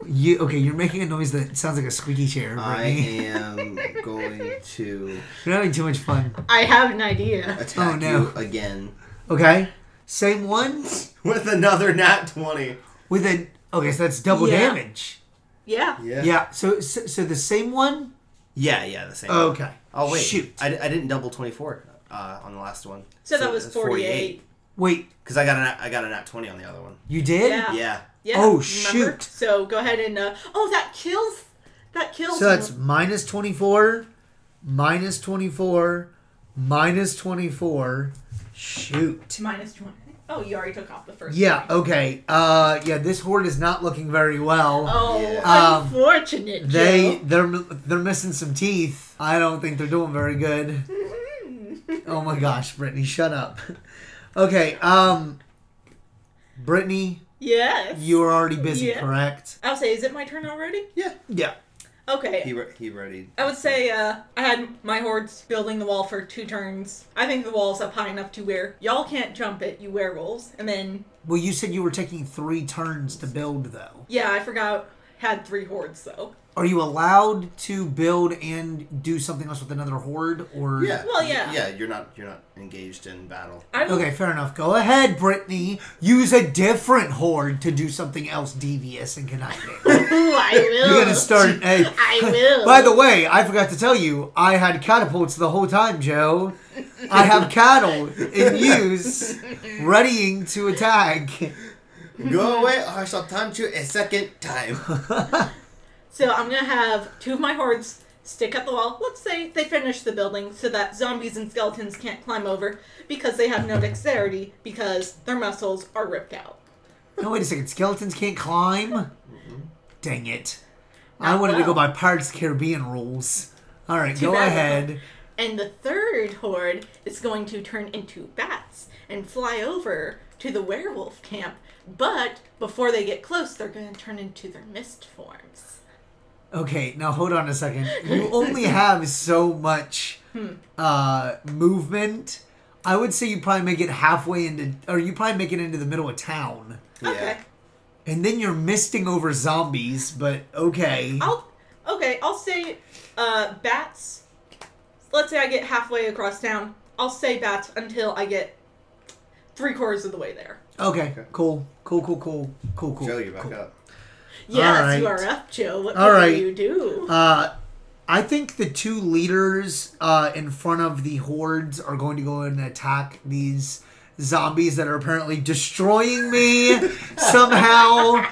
[SPEAKER 2] You okay? You're making a noise that sounds like a squeaky chair.
[SPEAKER 1] I
[SPEAKER 2] Brittany.
[SPEAKER 1] am going to
[SPEAKER 2] You're having too much fun.
[SPEAKER 3] I have an idea.
[SPEAKER 1] attack
[SPEAKER 2] Oh, no.
[SPEAKER 1] you again
[SPEAKER 2] Okay, same ones.
[SPEAKER 1] with another nat 20.
[SPEAKER 2] with a okay, so that's double
[SPEAKER 3] Yeah.
[SPEAKER 2] damage.
[SPEAKER 3] Yeah.
[SPEAKER 1] Yeah.
[SPEAKER 2] Yeah. So, so so the same one.
[SPEAKER 1] Yeah, yeah, the same.
[SPEAKER 2] Okay.
[SPEAKER 1] Oh, wait.
[SPEAKER 2] Shoot.
[SPEAKER 1] I, I didn't double 24 uh, on the last one.
[SPEAKER 3] So that was 48.
[SPEAKER 2] Wait.
[SPEAKER 1] Because I got an I got a nat 20 on the other one.
[SPEAKER 2] You did.
[SPEAKER 3] Yeah.
[SPEAKER 1] Yeah.
[SPEAKER 3] Ah. Yeah.
[SPEAKER 2] Oh,
[SPEAKER 3] remember?
[SPEAKER 2] shoot.
[SPEAKER 3] So go ahead and uh, oh, that kills. That kills.
[SPEAKER 2] So that's minus twenty four, minus twenty four, minus twenty four. Shoot.
[SPEAKER 3] minus twenty. Oh, you already took off the first.
[SPEAKER 2] Yeah,
[SPEAKER 3] one.
[SPEAKER 2] okay. Uh, yeah, this horde is not looking very well.
[SPEAKER 3] Oh,
[SPEAKER 2] Um,
[SPEAKER 3] unfortunate.
[SPEAKER 2] They
[SPEAKER 3] Joe.
[SPEAKER 2] they're they're missing some teeth. I don't think they're doing very good. oh my gosh, Brittany, shut up. Okay, um, Brittany,
[SPEAKER 3] Yes.
[SPEAKER 2] you are already busy,
[SPEAKER 3] Yeah.
[SPEAKER 2] correct?
[SPEAKER 3] I'll say, is it my turn already?
[SPEAKER 1] Yeah.
[SPEAKER 2] Yeah.
[SPEAKER 3] Okay.
[SPEAKER 1] He re- he readied.
[SPEAKER 3] I would say uh, I had my hordes building the wall for two turns. I think the wall's up high enough to where y'all can't jump it, you werewolves. And then,
[SPEAKER 2] Well, you said you were taking three turns to build, though.
[SPEAKER 3] yeah, I forgot had three hordes though.
[SPEAKER 2] Are you allowed to build and do something else with another horde, or
[SPEAKER 1] Yeah.
[SPEAKER 3] Well, yeah.
[SPEAKER 1] Yeah, you're not you're not engaged in battle.
[SPEAKER 3] I would,
[SPEAKER 2] Okay, fair enough. Go ahead, Brittany. Use a different horde to do something else devious and conniving.
[SPEAKER 3] I will.
[SPEAKER 2] You're gonna start. Hey,
[SPEAKER 3] I will.
[SPEAKER 2] by the way, I forgot to tell you, I had catapults the whole time, Joe. I have cattle in use, readying to attack.
[SPEAKER 1] Go away, or I shall taunt you a second time.
[SPEAKER 3] So I'm gonna have two of my hordes stick at the wall. Let's say they finish the building so that zombies and skeletons can't climb over because they have no dexterity because their muscles are ripped out.
[SPEAKER 2] No, wait a second. Skeletons can't climb. Dang it! I wanted to
[SPEAKER 3] well.
[SPEAKER 2] go by Pirates of the Caribbean rules. All right, go
[SPEAKER 3] bad.
[SPEAKER 2] ahead.
[SPEAKER 3] And the third horde is going to turn into bats and fly over to the werewolf camp, but before they get close, they're going to turn into their mist forms.
[SPEAKER 2] Okay, now hold on a second. You only have so much uh, movement. I would say you probably make it halfway into, or you probably make it into the middle of town,
[SPEAKER 1] Yeah.
[SPEAKER 3] Okay.
[SPEAKER 2] and then you're misting over zombies. But okay,
[SPEAKER 3] I'll okay. I'll say uh, bats. Let's say I get halfway across town. I'll say bats until I get three quarters of the way there.
[SPEAKER 2] okay, cool, cool, cool, cool, cool, cool.
[SPEAKER 1] Joe, you're back
[SPEAKER 2] cool.
[SPEAKER 1] up.
[SPEAKER 3] Yes, you
[SPEAKER 2] right.
[SPEAKER 3] are up, Joe. What
[SPEAKER 2] All
[SPEAKER 3] will
[SPEAKER 2] right.
[SPEAKER 3] you do?
[SPEAKER 2] Uh, I think the two leaders uh, in front of the hordes are going to go and attack these zombies that are apparently destroying me somehow.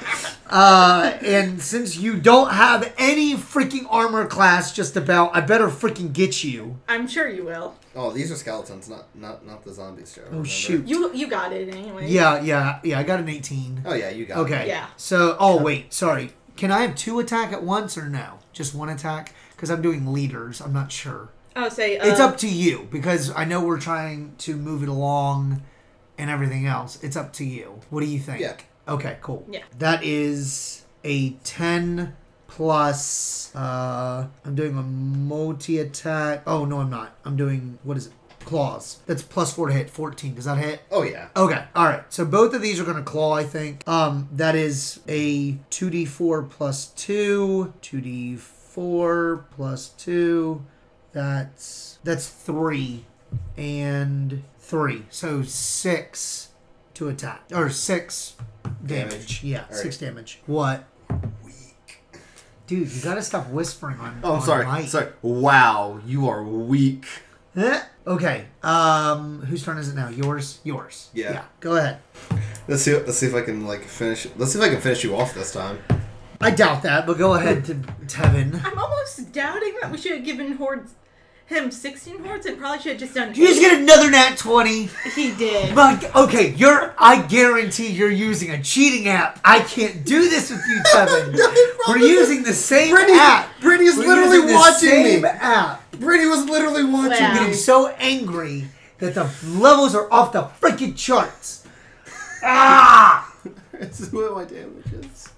[SPEAKER 2] Uh, and since you don't have any freaking armor class, just about, I better freaking get you.
[SPEAKER 3] I'm sure you will.
[SPEAKER 1] Oh, these are skeletons, not not not the zombies, Joe.
[SPEAKER 2] Oh, shoot.
[SPEAKER 3] You you got it anyway.
[SPEAKER 2] Yeah, yeah, yeah. I got an 18.
[SPEAKER 1] Oh yeah, you got
[SPEAKER 2] Okay.
[SPEAKER 1] It.
[SPEAKER 3] Yeah.
[SPEAKER 2] So, oh, wait, sorry. Can I have two attack at once or no? Just one attack? Because I'm doing leaders. I'm not sure.
[SPEAKER 3] I'll say uh,
[SPEAKER 2] it's up to you because I know we're trying to move it along and everything else. It's up to you. What do you think?
[SPEAKER 1] Yeah.
[SPEAKER 2] Okay, cool.
[SPEAKER 3] Yeah.
[SPEAKER 2] That is a 10 plus uh I'm doing a multi attack. Oh no, I'm not. I'm doing what is it? Claws. That's plus 4 to hit. 14. Does that hit?
[SPEAKER 1] Oh yeah.
[SPEAKER 2] Okay. All right. So both of these are going to claw, I think. Um, that is a 2d4 plus 2, 2d4 plus 2. That's that's 3 and 3. So 6 to attack or 6 damage.
[SPEAKER 1] Damage.
[SPEAKER 2] Yeah,
[SPEAKER 1] All right.
[SPEAKER 2] 6 damage. What? Dude, you gotta stop whispering on.
[SPEAKER 1] Oh, I'm
[SPEAKER 2] on
[SPEAKER 1] sorry.
[SPEAKER 2] mic.
[SPEAKER 1] Sorry. Wow, you are weak.
[SPEAKER 2] Eh? Okay. Um, whose turn is it now? Yours. Yours.
[SPEAKER 1] Yeah.
[SPEAKER 2] Go ahead.
[SPEAKER 1] Let's see. Let's see if I can like finish. Let's see if I can finish you off this time.
[SPEAKER 2] I doubt that, but go ahead to Tevin.
[SPEAKER 3] I'm almost doubting that we should have given hordes him 16 hordes and probably should have just done.
[SPEAKER 2] You just
[SPEAKER 3] eight.
[SPEAKER 2] get another nat twenty.
[SPEAKER 3] He did.
[SPEAKER 2] But okay, you're. I guarantee you're using a cheating app. I can't do this with you, Tevin. We're using the same
[SPEAKER 1] Brittany-
[SPEAKER 2] app.
[SPEAKER 1] Brittany is
[SPEAKER 2] We're
[SPEAKER 1] literally
[SPEAKER 2] using the
[SPEAKER 1] watching
[SPEAKER 2] same
[SPEAKER 1] me.
[SPEAKER 2] app.
[SPEAKER 1] Brittany was literally watching
[SPEAKER 3] Wow.
[SPEAKER 2] I'm getting so angry that the levels are off the freaking charts. Ah!
[SPEAKER 1] This is what my damage is.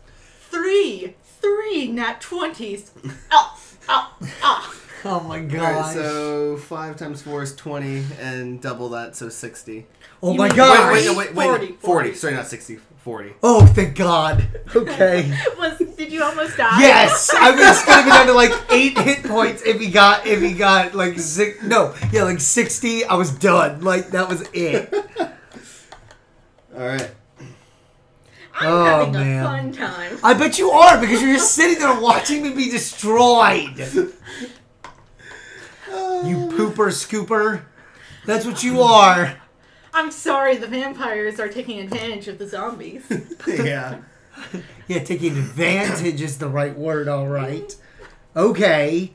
[SPEAKER 3] Three, three nat 20s. Oh, oh, oh.
[SPEAKER 2] Oh my
[SPEAKER 1] All
[SPEAKER 2] gosh.
[SPEAKER 1] right, so five times four is twenty, and double that, so sixty.
[SPEAKER 2] oh
[SPEAKER 3] You
[SPEAKER 2] my
[SPEAKER 3] mean-
[SPEAKER 2] gosh.
[SPEAKER 3] Wait, wait, wait. 40.
[SPEAKER 1] 40. Sorry, not 60. 40.
[SPEAKER 2] Oh, thank God. Okay.
[SPEAKER 3] Was, did you almost die?
[SPEAKER 2] Yes, I mean it's gonna be down to like eight hit points if he got if he got like six. No, yeah, like sixty. I was done. Like that was it.
[SPEAKER 1] All right.
[SPEAKER 3] I'm
[SPEAKER 2] Oh,
[SPEAKER 3] having a
[SPEAKER 2] man.
[SPEAKER 3] fun time.
[SPEAKER 2] I bet you are because you're just sitting there watching me be destroyed. You pooper scooper. That's what you are.
[SPEAKER 3] I'm sorry, the vampires are taking advantage of the zombies.
[SPEAKER 1] Yeah.
[SPEAKER 2] Yeah, taking advantage is the right word. All right. Okay.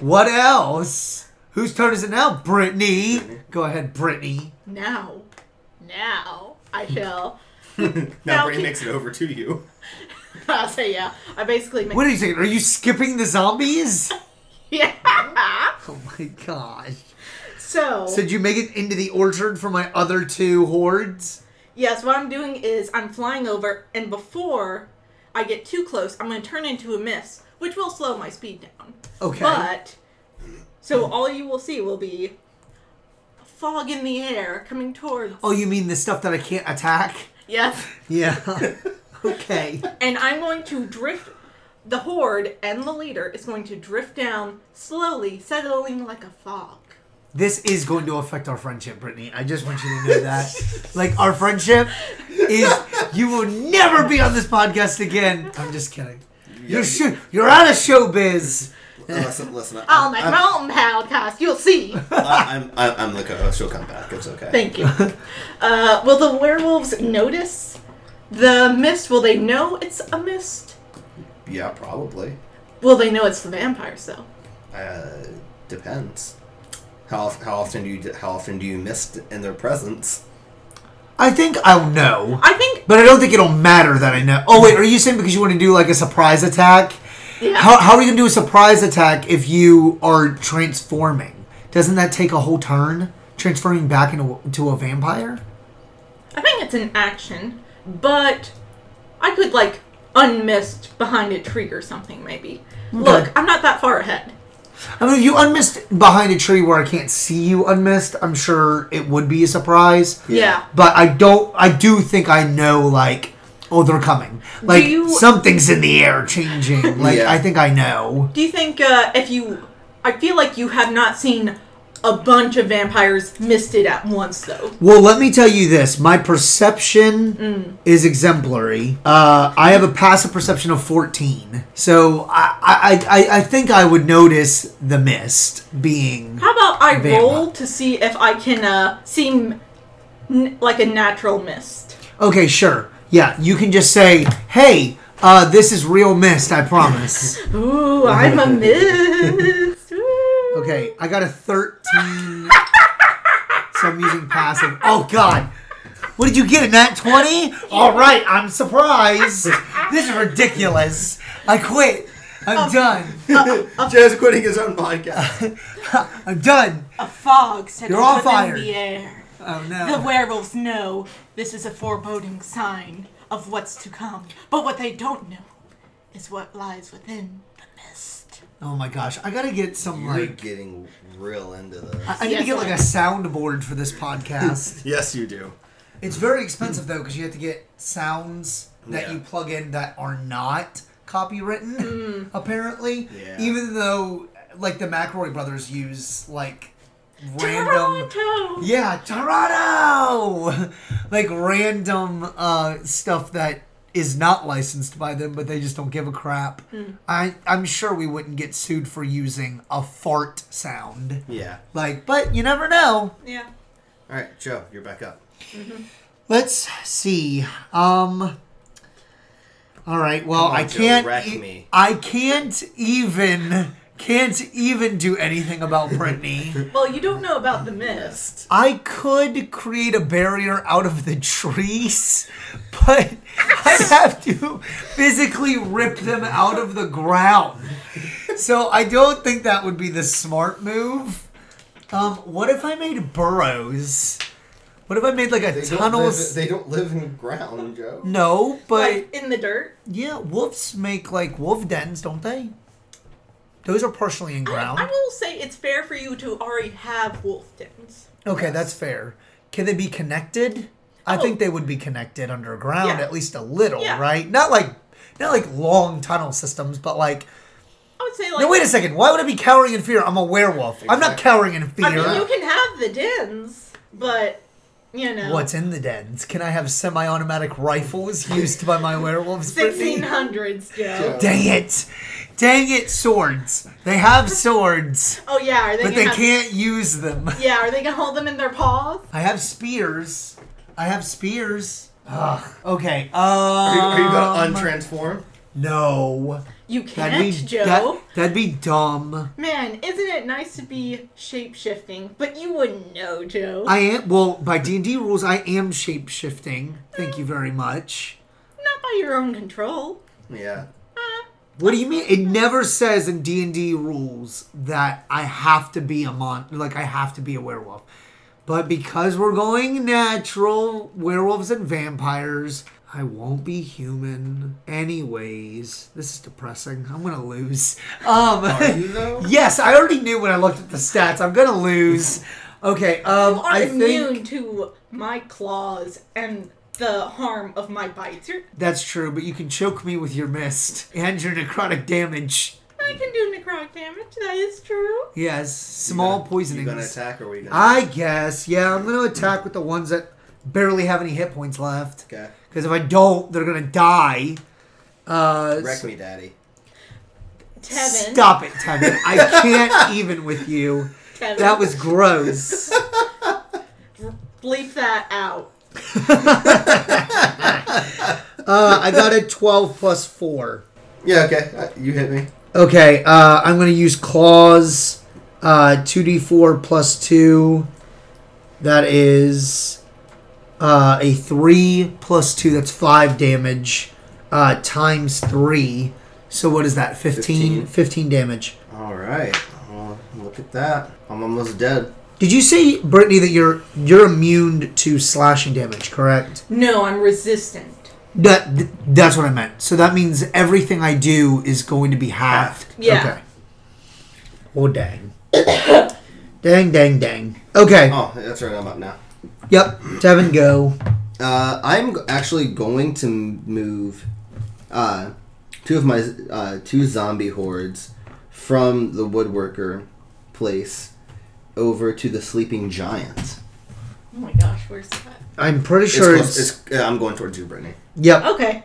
[SPEAKER 2] What else? Whose turn is it now, Brittany? Go ahead, Brittany.
[SPEAKER 3] now, now, I shall.
[SPEAKER 1] Now
[SPEAKER 3] Now
[SPEAKER 1] Brady
[SPEAKER 3] keep-
[SPEAKER 1] makes it over to you.
[SPEAKER 3] I'll say yeah. I basically make
[SPEAKER 2] Wait a second. Are you skipping the zombies?
[SPEAKER 3] yeah.
[SPEAKER 2] Oh my gosh.
[SPEAKER 3] So,
[SPEAKER 2] So did you make it into the orchard for my other two hordes?
[SPEAKER 3] yes, what I'm doing is I'm flying over, and before I get too close, I'm going to turn into a mist, which will slow my speed down.
[SPEAKER 2] Okay.
[SPEAKER 3] But so all you will see will be fog in the air coming towards.
[SPEAKER 2] Oh, you mean the stuff that I can't attack?
[SPEAKER 3] Yes.
[SPEAKER 2] Yeah. okay.
[SPEAKER 3] And I'm going to drift. The horde and the leader is going to drift down slowly, settling like a fog.
[SPEAKER 2] This is going to affect our friendship, Brittany. I just want you to know that. like, our friendship is you will never be on this podcast again. I'm just kidding. You're sh- you're out of showbiz.
[SPEAKER 1] listen, Uh, listen.
[SPEAKER 3] I'll
[SPEAKER 1] I'm,
[SPEAKER 3] make
[SPEAKER 1] I'm,
[SPEAKER 3] Oh, my own podcast. You'll see.
[SPEAKER 1] I'm, I'm, I'm the co-host. She'll come back. It's okay.
[SPEAKER 3] Thank you. Uh, will the werewolves notice the mist? Will they know it's a mist?
[SPEAKER 1] yeah, probably.
[SPEAKER 3] Will they know it's the vampires though?
[SPEAKER 1] Uh, depends. How, of- how often do you how often do you mist in their presence?
[SPEAKER 2] I think I'll know.
[SPEAKER 3] I think.
[SPEAKER 2] But I don't think it'll matter that I know. Oh wait, are you saying because you want to do like a surprise attack?
[SPEAKER 3] Yeah.
[SPEAKER 2] How, how are you gonna do a surprise attack if you are transforming? Doesn't that take a whole turn? Transforming back into to a vampire?
[SPEAKER 3] I think it's an action, but I could like unmist behind a tree or something maybe. Look, I'm not that far ahead.
[SPEAKER 2] I mean, if you unmissed behind a tree where I can't see you unmissed, I'm sure it would be a surprise.
[SPEAKER 3] Yeah.
[SPEAKER 2] But I don't. I do think I know. Like, oh, they're coming. Like
[SPEAKER 3] you-
[SPEAKER 2] something's in the air, changing. Like
[SPEAKER 1] Yeah.
[SPEAKER 2] I think I know.
[SPEAKER 3] Do you think uh, if you? I feel like you have not seen a bunch of vampires misted at once though.
[SPEAKER 2] Well, let me tell you this. My perception is exemplary. Uh, I have a passive perception of 14. So I, I, I, I think I would notice the mist being.
[SPEAKER 3] How about I
[SPEAKER 2] Vamp-
[SPEAKER 3] roll to see if I can uh, see m- n- like a natural mist?
[SPEAKER 2] Okay, sure. Yeah, you can just say, hey, uh, this is real mist, I promise.
[SPEAKER 3] Ooh, I'm a mist. Ooh.
[SPEAKER 2] okay, I got a 13. so I'm using passive. Oh, God. What did you get in that 20? All right, I'm surprised. this is ridiculous. I quit. I'm done.
[SPEAKER 3] Uh,
[SPEAKER 1] Joe's quitting his own podcast.
[SPEAKER 2] I'm done.
[SPEAKER 3] A fog set
[SPEAKER 2] You're all within fired. the
[SPEAKER 3] air.
[SPEAKER 2] Oh
[SPEAKER 3] The
[SPEAKER 2] no.
[SPEAKER 3] werewolves know this is a foreboding sign of what's to come, but what they don't know is what lies within the mist.
[SPEAKER 2] Oh my gosh. I gotta get some
[SPEAKER 1] You're
[SPEAKER 2] like
[SPEAKER 1] getting real into this.
[SPEAKER 3] Uh.
[SPEAKER 2] I need to get like a soundboard for this podcast.
[SPEAKER 1] yes, you do.
[SPEAKER 2] it's very expensive though because you have to get sounds that
[SPEAKER 1] Yeah.
[SPEAKER 2] you plug in that are not copywritten. Apparently,
[SPEAKER 1] Yeah.
[SPEAKER 2] even though like the McRoy brothers use like random.
[SPEAKER 3] Toronto!
[SPEAKER 2] Yeah, Toronto! like random uh, stuff that is not licensed by them, but they just don't give a crap. I, I'm sure we wouldn't get sued for using a fart sound.
[SPEAKER 1] Yeah.
[SPEAKER 2] Like, but you never know.
[SPEAKER 3] Yeah.
[SPEAKER 1] All right, Joe, you're back up.
[SPEAKER 2] Let's see. Um. All right. Well,
[SPEAKER 1] Come on,
[SPEAKER 2] I
[SPEAKER 1] Joe,
[SPEAKER 2] can't.
[SPEAKER 1] wreck
[SPEAKER 2] e-
[SPEAKER 1] me.
[SPEAKER 2] I can't even. Can't even do anything about Brittany.
[SPEAKER 3] Well, you don't know about the mist.
[SPEAKER 2] I could create a barrier out of the trees, but I'd have to physically rip them out of the ground. So I don't think that would be the smart move. Um, what if I made burrows? What if I made like a tunnel? s-
[SPEAKER 1] They don't live in ground, Joe.
[SPEAKER 2] no, but
[SPEAKER 3] Like in the dirt.
[SPEAKER 2] yeah, wolves make like wolf dens, don't they? Those are partially in ground.
[SPEAKER 3] I will say it's fair for you to already have wolf dens.
[SPEAKER 2] Okay, that's fair. Can they be connected? I think
[SPEAKER 3] Oh.
[SPEAKER 2] they would be connected underground
[SPEAKER 3] Yeah.
[SPEAKER 2] at least a little,
[SPEAKER 3] Yeah.
[SPEAKER 2] right? Not like not like long tunnel systems, but like
[SPEAKER 3] I would say like
[SPEAKER 2] no. Wait a second. Why would I be cowering in fear? I'm a werewolf. I'm not
[SPEAKER 1] Exactly.
[SPEAKER 2] cowering in fear.
[SPEAKER 3] I mean, you can have the dens, but you know,
[SPEAKER 2] What's in the dens? Can I have semi-automatic rifles used by my werewolves? Brittany?
[SPEAKER 3] sixteen hundreds, Joe?
[SPEAKER 2] Dang it! Dang it! Swords. They have swords,
[SPEAKER 3] Oh yeah, are they?
[SPEAKER 2] but
[SPEAKER 3] gonna
[SPEAKER 2] they
[SPEAKER 3] have-
[SPEAKER 2] can't use them.
[SPEAKER 3] Yeah, are they gonna hold them in their paws?
[SPEAKER 2] I have spears. I have spears. Ugh. Okay. Um,
[SPEAKER 1] Are you, are you gonna untransform?
[SPEAKER 2] No.
[SPEAKER 3] You
[SPEAKER 2] That'd
[SPEAKER 3] can't,
[SPEAKER 2] be,
[SPEAKER 3] Joe.
[SPEAKER 2] That, that'd be dumb.
[SPEAKER 3] Man, isn't it nice to be shape shifting? But you wouldn't know, Joe.
[SPEAKER 2] I am well by D and D rules. I am shape shifting. Thank you very much.
[SPEAKER 3] Not by your own control.
[SPEAKER 1] Yeah.
[SPEAKER 2] What do you mean? It never says in D and D rules that I have to be a mon like I have to be a werewolf. But because we're going natural, werewolves and vampires, I won't be human. Anyways, this is depressing. I'm gonna lose. Um,
[SPEAKER 1] Are you though?
[SPEAKER 2] yes, I already knew when I looked at the stats. I'm gonna lose. Okay, um,
[SPEAKER 3] You are
[SPEAKER 2] I
[SPEAKER 3] immune
[SPEAKER 2] think
[SPEAKER 3] to my claws and the harm of my bites. You're,
[SPEAKER 2] that's true. But you can choke me with your mist and your necrotic damage.
[SPEAKER 3] I can do necrotic damage. That is true.
[SPEAKER 2] Yes, small
[SPEAKER 1] You
[SPEAKER 2] poisonings.
[SPEAKER 1] gonna attack or are we gonna?
[SPEAKER 2] I guess. Yeah, I'm going to attack with the ones that barely have any hit points left.
[SPEAKER 1] Okay.
[SPEAKER 2] Because if I don't, they're going to die. Uh,
[SPEAKER 1] Wreck me, daddy.
[SPEAKER 3] Tevin.
[SPEAKER 2] Stop it, Tevin. I can't even with you.
[SPEAKER 3] Tevin.
[SPEAKER 2] That was gross.
[SPEAKER 3] Bleep that out.
[SPEAKER 2] Uh, I got a 12 plus 4.
[SPEAKER 1] Yeah. Okay. Uh, you hit me.
[SPEAKER 2] Okay, uh, I'm going to use claws. Uh, 2d4 plus 2. That is uh, a 3 plus 2. That's 5 damage uh, times 3. So what is that? 15? 15.
[SPEAKER 1] Fifteen.
[SPEAKER 2] damage.
[SPEAKER 1] All right. Well, look at that. I'm almost dead.
[SPEAKER 2] Did you say, Brittany, that you're you're immune to slashing damage, correct?
[SPEAKER 3] No, I'm resistant.
[SPEAKER 2] That th- That's what I meant. So that means everything I do is going to be halved.
[SPEAKER 3] Yeah.
[SPEAKER 2] Okay. Oh, dang. dang, dang, dang. Okay.
[SPEAKER 1] Oh, that's right. I'm up now.
[SPEAKER 2] Yep. Tevin, go.
[SPEAKER 1] Uh, I'm g- actually going to m- move uh, two of my z- uh, two zombie hordes from the woodworker place over to the sleeping giant.
[SPEAKER 3] Oh my gosh, where's that?
[SPEAKER 2] I'm pretty sure
[SPEAKER 1] It's
[SPEAKER 2] it's.
[SPEAKER 1] close- it's- yeah, I'm going towards you, Brittany.
[SPEAKER 2] yep.
[SPEAKER 3] Okay.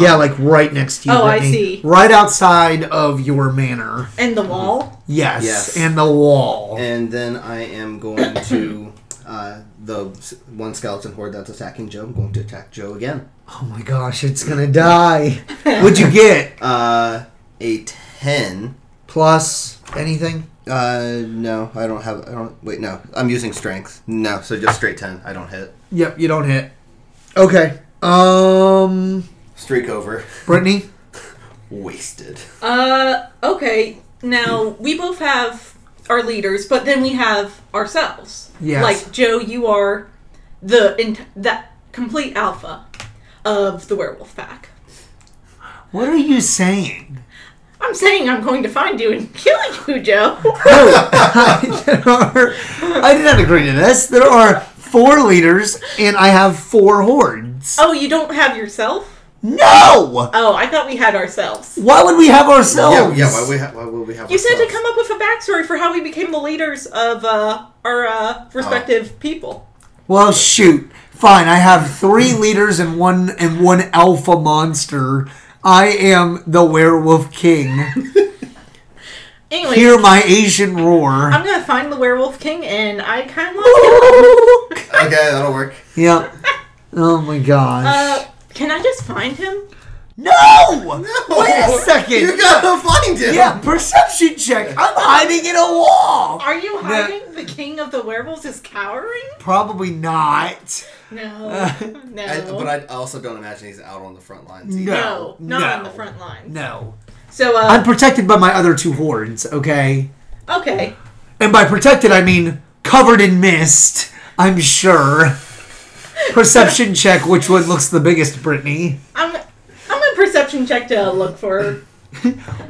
[SPEAKER 2] yeah, like right next to you.
[SPEAKER 3] Oh, I
[SPEAKER 2] Brittany.
[SPEAKER 3] see.
[SPEAKER 2] Right outside of your manor.
[SPEAKER 3] And the wall?
[SPEAKER 2] Yes.
[SPEAKER 1] Yes.
[SPEAKER 2] And the wall.
[SPEAKER 1] And then I am going to uh, the s- one skeleton horde that's attacking Joe. I'm going to attack Joe again.
[SPEAKER 2] oh my gosh, it's gonna die. What'd you get?
[SPEAKER 1] Uh, a ten.
[SPEAKER 2] Plus anything?
[SPEAKER 1] Uh, no, I don't have. I don't. Wait, no, I'm using strength. No, so just straight ten. I don't hit.
[SPEAKER 2] Yep, you don't hit. Okay. Um.
[SPEAKER 1] Streak over.
[SPEAKER 2] Brittany?
[SPEAKER 1] Wasted.
[SPEAKER 3] Uh, okay. Now, we both have our leaders, but then we have ourselves.
[SPEAKER 2] Yes.
[SPEAKER 3] Like, Joe, you are the, ent- the complete alpha of the werewolf pack.
[SPEAKER 2] What are you saying?
[SPEAKER 3] I'm saying I'm going to find you and kill you, Joe.
[SPEAKER 2] Oh, there are, I did not agree to this. There are four leaders, and I have four hordes.
[SPEAKER 3] oh, you don't have yourself?
[SPEAKER 2] No!
[SPEAKER 3] Oh, I thought we had ourselves.
[SPEAKER 2] Why would we have
[SPEAKER 1] Yeah,
[SPEAKER 2] ourselves?
[SPEAKER 1] yeah. Why, we ha- why will we have?
[SPEAKER 3] You said to
[SPEAKER 1] ourselves?
[SPEAKER 3] come up with a backstory for how we became the leaders of uh, our uh, respective people.
[SPEAKER 2] Well, shoot. Fine. I have three leaders and one and one alpha monster. I am the werewolf king.
[SPEAKER 3] Anyway,
[SPEAKER 2] Hear my Asian roar.
[SPEAKER 3] I'm gonna find the werewolf king, and I kind of like. him.
[SPEAKER 1] Okay, that'll work.
[SPEAKER 2] Yep. Oh my gosh.
[SPEAKER 3] Uh, can I just find him?
[SPEAKER 2] no! Wait a second.
[SPEAKER 1] You gotta find him.
[SPEAKER 2] Yeah, perception check. I'm hiding in a wall.
[SPEAKER 3] Are you hiding? The king of the werewolves is cowering.
[SPEAKER 2] Probably not.
[SPEAKER 3] No, no,
[SPEAKER 1] I, but I also don't imagine he's out on the front lines. either.
[SPEAKER 3] no, not
[SPEAKER 2] No.
[SPEAKER 3] on the front line.
[SPEAKER 2] No.
[SPEAKER 3] So,
[SPEAKER 2] I'm
[SPEAKER 3] uh,
[SPEAKER 2] protected by my other two hordes, okay?
[SPEAKER 3] okay.
[SPEAKER 2] And by protected, I mean covered in mist, I'm sure. Perception check, which one looks the biggest, Brittany?
[SPEAKER 3] I'm I'm a perception check to look for.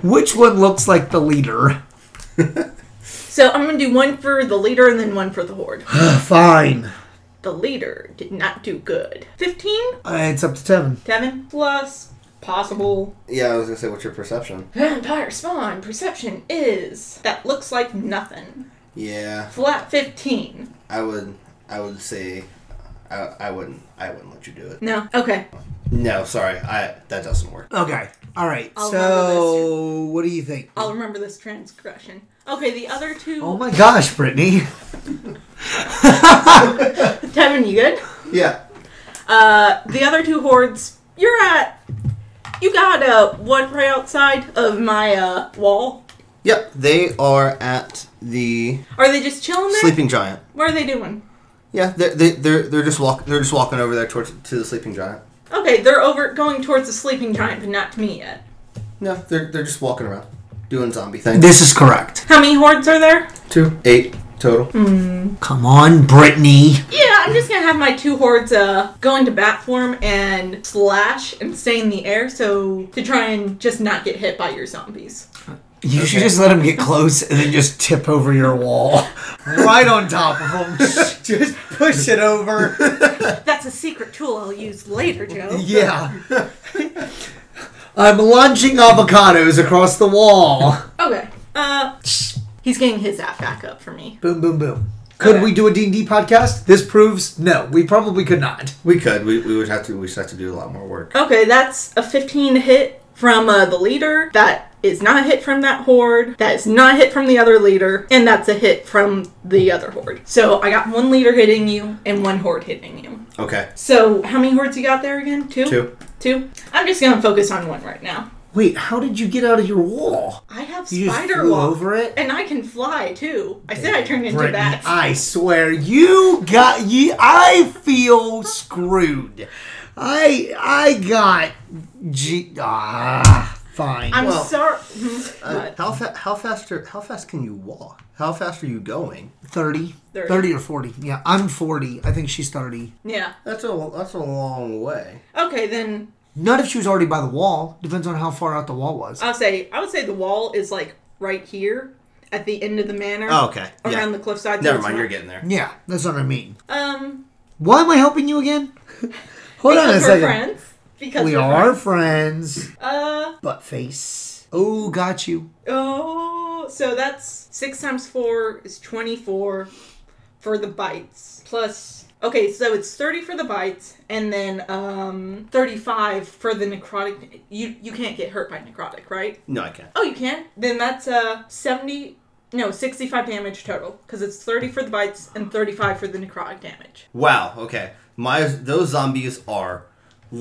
[SPEAKER 2] Which one looks like the leader?
[SPEAKER 3] So I'm gonna do one for the leader and then one for the horde.
[SPEAKER 2] Uh, Fine.
[SPEAKER 3] The leader did not do good. Fifteen.
[SPEAKER 2] Uh, it's up to Tevin.
[SPEAKER 3] Seven plus possible
[SPEAKER 1] Yeah, I was gonna say, what's your perception?
[SPEAKER 3] vampire spawn perception is that looks like nothing.
[SPEAKER 1] Yeah,
[SPEAKER 3] Flat fifteen.
[SPEAKER 1] I would. I would say. I, I wouldn't. I wouldn't let you do it.
[SPEAKER 3] No. Okay.
[SPEAKER 1] No, sorry. I that doesn't work.
[SPEAKER 2] Okay. All right.
[SPEAKER 3] I'll
[SPEAKER 2] so, what do you think?
[SPEAKER 3] I'll remember this transgression. Okay, the other two.
[SPEAKER 2] Oh my gosh, Brittany.
[SPEAKER 3] Tevin, you good?
[SPEAKER 1] Yeah.
[SPEAKER 3] Uh, the other two hordes. You're at You got uh, one right outside of my uh, wall.
[SPEAKER 1] Yep, they are at the
[SPEAKER 3] Are they just chilling there?
[SPEAKER 1] sleeping giant.
[SPEAKER 3] What are they doing?
[SPEAKER 1] Yeah, they're they, they're they're just walk they're just walking over there towards to the sleeping giant.
[SPEAKER 3] Okay, they're over going towards the sleeping giant, but not to me yet.
[SPEAKER 1] No, they're they're just walking around doing zombie things.
[SPEAKER 2] This is correct.
[SPEAKER 3] How many hordes are there?
[SPEAKER 1] Two eight total.
[SPEAKER 2] Come on, Brittany.
[SPEAKER 3] Yeah, I'm just gonna have my two hordes uh go into bat form and slash and stay in the air, so to try and just not get hit by your zombies.
[SPEAKER 2] You should just let them get close and then just tip over your wall. Right on top of them. just push it over.
[SPEAKER 3] That's a secret tool I'll use later, Joe.
[SPEAKER 2] Yeah. I'm launching avocados across the wall.
[SPEAKER 3] Okay. Uh, he's getting his app back up for me.
[SPEAKER 2] Boom, boom, boom. Could we do a D&D podcast? This proves no. We probably could not.
[SPEAKER 1] We could. We, we would have to. We just have to do a lot more work.
[SPEAKER 3] Okay, that's a 15 hit from uh, the leader. That is not a hit from that horde. That is not a hit from the other leader. And that's a hit from the other horde. So I got one leader hitting you and one horde hitting you.
[SPEAKER 1] Okay.
[SPEAKER 3] So how many hordes you got there again? Two?
[SPEAKER 1] Two.
[SPEAKER 3] Two? I'm just going to focus on one right now.
[SPEAKER 2] Wait, how did you get out of your wall?
[SPEAKER 3] I have
[SPEAKER 2] You just
[SPEAKER 3] spider
[SPEAKER 2] flew
[SPEAKER 3] walk.
[SPEAKER 2] over it? Uh,
[SPEAKER 3] And I can fly too. I said I turned into
[SPEAKER 2] Brittany,
[SPEAKER 3] bats.
[SPEAKER 2] I swear you got you I feel screwed. I I got G ah fine.
[SPEAKER 3] I'm
[SPEAKER 1] Well,
[SPEAKER 3] sorry.
[SPEAKER 1] Uh, how fa- how fast are, how fast can you walk? How fast are you going?
[SPEAKER 2] 30, 30.
[SPEAKER 3] 30.
[SPEAKER 2] or 40. Yeah, I'm 40. I think she's 30.
[SPEAKER 3] yeah.
[SPEAKER 1] That's a that's a long way.
[SPEAKER 3] Okay, then
[SPEAKER 2] Not if she was already by the wall. Depends on how far out the wall was.
[SPEAKER 3] I'll say I would say the wall is like right here at the end of the manor.
[SPEAKER 1] Oh, okay.
[SPEAKER 3] Around
[SPEAKER 1] Yeah.
[SPEAKER 3] the cliffside. so
[SPEAKER 1] Never
[SPEAKER 3] it's
[SPEAKER 1] mind.
[SPEAKER 3] not-
[SPEAKER 1] You're getting there.
[SPEAKER 2] yeah, that's what I mean.
[SPEAKER 3] Um,
[SPEAKER 2] Why am I helping you again? Hold on a
[SPEAKER 3] because we're
[SPEAKER 2] second.
[SPEAKER 3] friends. Because
[SPEAKER 2] We
[SPEAKER 3] we're
[SPEAKER 2] are
[SPEAKER 3] friends.
[SPEAKER 2] friends.
[SPEAKER 3] Uh
[SPEAKER 2] Butt face. Oh, got you.
[SPEAKER 3] oh, so that's six times four is twenty-four for the bites plus. Okay, so it's thirty for the bites, and then um thirty-five for the necrotic. You you can't get hurt by necrotic, right?
[SPEAKER 1] No, I can't.
[SPEAKER 3] Oh, you can. Then that's uh seventy. No, sixty-five damage total because it's thirty for the bites and thirty-five for the necrotic damage.
[SPEAKER 1] Wow. Okay. My those zombies are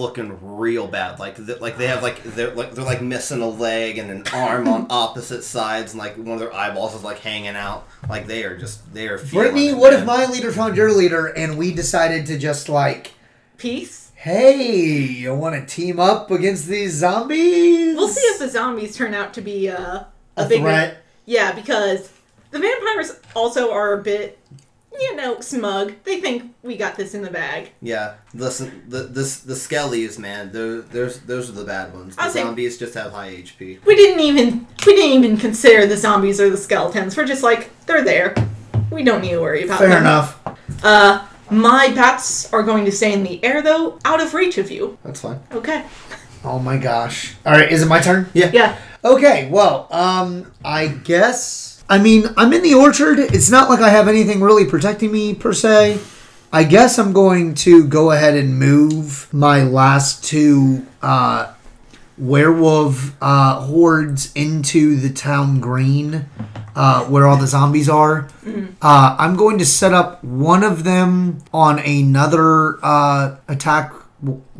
[SPEAKER 1] looking real bad. Like th- like they have like they're like they're like missing a leg and an arm on opposite sides, and like one of their eyeballs is like hanging out. Like they are just they are. feeling
[SPEAKER 2] Brittany,
[SPEAKER 1] it,
[SPEAKER 2] what if
[SPEAKER 1] man.
[SPEAKER 2] my leader found your leader and we decided to just like
[SPEAKER 3] Peace.
[SPEAKER 2] Hey, you want to team up against these zombies?
[SPEAKER 3] We'll see if the zombies turn out to be uh, a, bigger-
[SPEAKER 2] threat.
[SPEAKER 3] Yeah, because the vampires also are a bit, you know, smug. They think we got this in the bag.
[SPEAKER 1] Yeah, listen, the this the skellies, man. Those those those are the bad ones. The
[SPEAKER 3] I'll say-
[SPEAKER 1] zombies just have high HP.
[SPEAKER 3] We didn't even we didn't even consider the zombies or the skeletons. We're just like they're there. We don't need to worry about
[SPEAKER 2] Fair
[SPEAKER 3] them.
[SPEAKER 2] enough.
[SPEAKER 3] Uh, my bats are going to stay in the air though, out of reach of you.
[SPEAKER 1] That's fine.
[SPEAKER 3] Okay.
[SPEAKER 2] Oh my gosh. All right, is it my turn?
[SPEAKER 1] Yeah.
[SPEAKER 3] Yeah.
[SPEAKER 2] Okay, well, um, I guess. I mean, I'm in the orchard. It's not like I have anything really protecting me, per se. I guess I'm going to go ahead and move my last two uh, werewolf uh, hordes into the town green uh, where all the zombies are. Uh, I'm going to set up one of them on another uh, attack.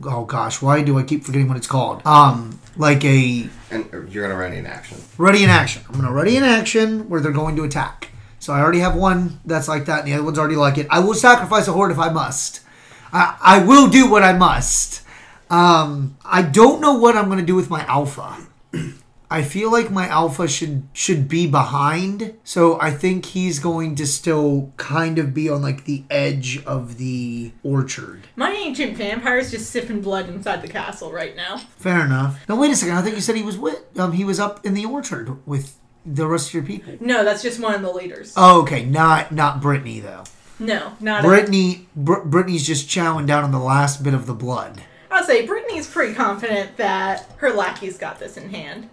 [SPEAKER 2] Oh gosh, why do I keep forgetting what it's called? Um, like a
[SPEAKER 1] And or you're gonna run in action.
[SPEAKER 2] ready in action. I'm gonna ready in action where they're going to attack. So I already have one that's like that, and the other one's already like it. I will sacrifice a horde if I must. I, I will do what I must. Um, I don't know what I'm gonna do with my alpha. I feel like my alpha should should be behind, so I think he's going to still kind of be on like the edge of the orchard.
[SPEAKER 3] My ancient vampire's just sipping blood inside the castle right now.
[SPEAKER 2] Fair enough. Now wait a second. I think you said he was with um, he was up in the orchard with the rest of your people.
[SPEAKER 3] No, that's just one of the leaders.
[SPEAKER 2] Oh, okay, not not Brittany though.
[SPEAKER 3] no, not a-
[SPEAKER 2] Brittany, Br- Brittany's just chowing down on the last bit of the blood.
[SPEAKER 3] I'll say Brittany's pretty confident that her lackey's got this in hand.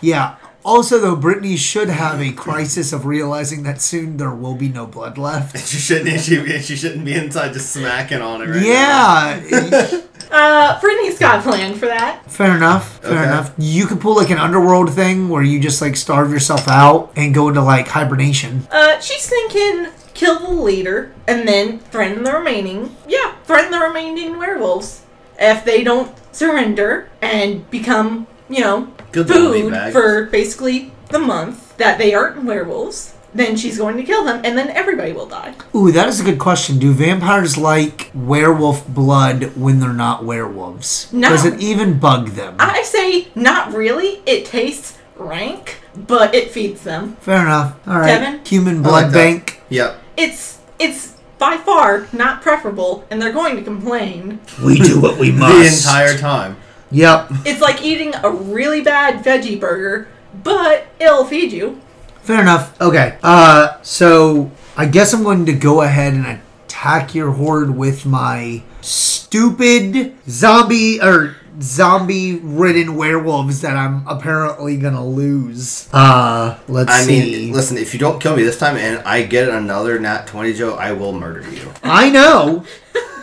[SPEAKER 2] Yeah. Also, though, Brittany should have a crisis of realizing that soon there will be no blood left.
[SPEAKER 1] She shouldn't. She, she shouldn't be inside just smacking on it. Right
[SPEAKER 2] Yeah,
[SPEAKER 3] Uh, Brittany's got a plan for that.
[SPEAKER 2] fair enough. Fair
[SPEAKER 1] Okay.
[SPEAKER 2] enough. You could pull like an underworld thing where you just like starve yourself out and go into like hibernation.
[SPEAKER 3] Uh, she's thinking kill the leader and then threaten the remaining. Yeah, threaten the remaining werewolves. if they don't surrender and become, you know,
[SPEAKER 1] Good little
[SPEAKER 3] food
[SPEAKER 1] meatbags.
[SPEAKER 3] for basically the month that they aren't werewolves, then she's going to kill them and then everybody will die.
[SPEAKER 2] Ooh, that is a good question. Do vampires like werewolf blood when they're not werewolves?
[SPEAKER 3] No.
[SPEAKER 2] Does it even bug them?
[SPEAKER 3] I say not really. It tastes rank, but it feeds them.
[SPEAKER 2] Fair enough. All right.
[SPEAKER 3] Devin?
[SPEAKER 2] Human
[SPEAKER 1] I
[SPEAKER 2] blood
[SPEAKER 1] like that.
[SPEAKER 2] bank.
[SPEAKER 1] Yep.
[SPEAKER 3] It's it's by far not preferable and they're going to complain.
[SPEAKER 2] We do what we
[SPEAKER 1] The entire time.
[SPEAKER 2] Yep.
[SPEAKER 3] It's like eating a really bad veggie burger, but it'll feed you.
[SPEAKER 2] Fair enough. Okay. Uh, so I guess I'm going to go ahead and attack your horde with my stupid zombie or zombie ridden werewolves that I'm apparently gonna lose. Uh, let's
[SPEAKER 1] I
[SPEAKER 2] see.
[SPEAKER 1] mean, listen, if you don't kill me this time and I get another Nat 20 Joe, I will murder you.
[SPEAKER 2] I know.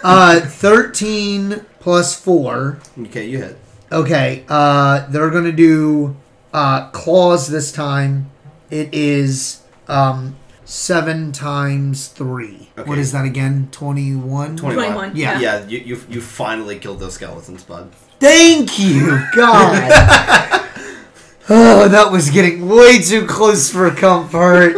[SPEAKER 2] Uh, thirteen plus four.
[SPEAKER 1] Okay, you hit.
[SPEAKER 2] Okay. Uh, they're gonna do uh claws this time. It is um seven times three. What
[SPEAKER 1] Okay.
[SPEAKER 2] is that again? Twenty-one.
[SPEAKER 3] 21.
[SPEAKER 2] Yeah.
[SPEAKER 1] Yeah, you, you, you finally killed those skeletons, bud.
[SPEAKER 2] Thank you, God. oh, that was getting way too close for comfort.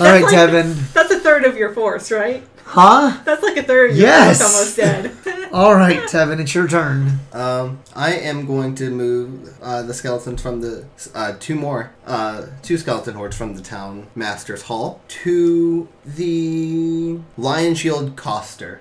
[SPEAKER 2] All right,
[SPEAKER 3] like-
[SPEAKER 2] Devin.
[SPEAKER 3] That's a third of your force, right?
[SPEAKER 2] Huh?
[SPEAKER 3] That's like a third of
[SPEAKER 2] Yes.
[SPEAKER 3] your force almost dead.
[SPEAKER 2] All right, Tevin, it's your turn.
[SPEAKER 1] Um, I am going to move uh, the skeletons from the uh, two more uh, two skeleton hordes from the town master's hall to the lion shield coster.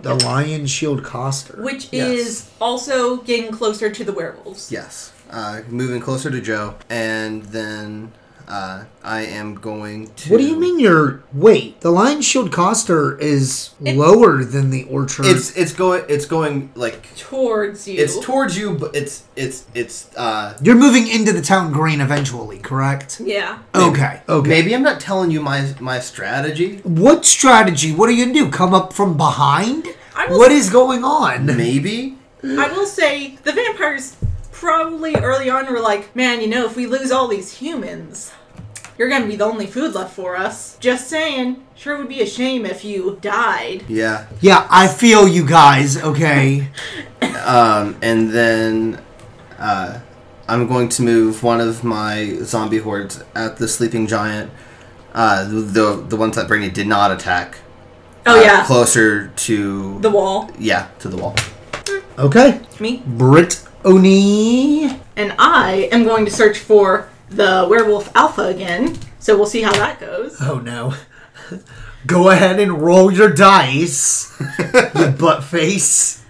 [SPEAKER 2] The Lion Shield Coster.
[SPEAKER 3] Which
[SPEAKER 1] Yes.
[SPEAKER 3] is also getting closer to the werewolves.
[SPEAKER 1] Yes, uh, moving closer to Joe, and then uh, I am going to.
[SPEAKER 2] What do you mean you're. Wait, the Lion Shield Coster is lower than the Orchard.
[SPEAKER 1] It's it's going it's going like
[SPEAKER 3] Towards you.
[SPEAKER 1] it's towards you, but it's it's it's uh.
[SPEAKER 2] you're moving into the town green eventually, correct?
[SPEAKER 3] yeah.
[SPEAKER 2] Okay, okay.
[SPEAKER 1] Maybe I'm not telling you my my strategy.
[SPEAKER 2] What strategy? What are you going to do? Come up from behind?
[SPEAKER 3] I will-
[SPEAKER 2] What is going on?
[SPEAKER 1] Maybe
[SPEAKER 3] I will say the vampires probably early on were like, man, you know, if we lose all these humans, you're going to be the only food left for us. Just saying, sure would be a shame if you died.
[SPEAKER 1] yeah.
[SPEAKER 2] Yeah, I feel you guys, okay?
[SPEAKER 1] Um, and then uh, I'm going to move one of my zombie hordes at the sleeping giant. Uh, the the ones that Brittany did not attack.
[SPEAKER 3] Oh,
[SPEAKER 1] uh,
[SPEAKER 3] yeah.
[SPEAKER 1] closer to
[SPEAKER 3] the wall.
[SPEAKER 1] yeah to the wall.
[SPEAKER 2] Okay.
[SPEAKER 3] Me.
[SPEAKER 2] Brit Oni.
[SPEAKER 3] And I am going to search for the werewolf alpha again. So we'll see how that goes.
[SPEAKER 2] Oh no. Go ahead and roll your dice, you butt face.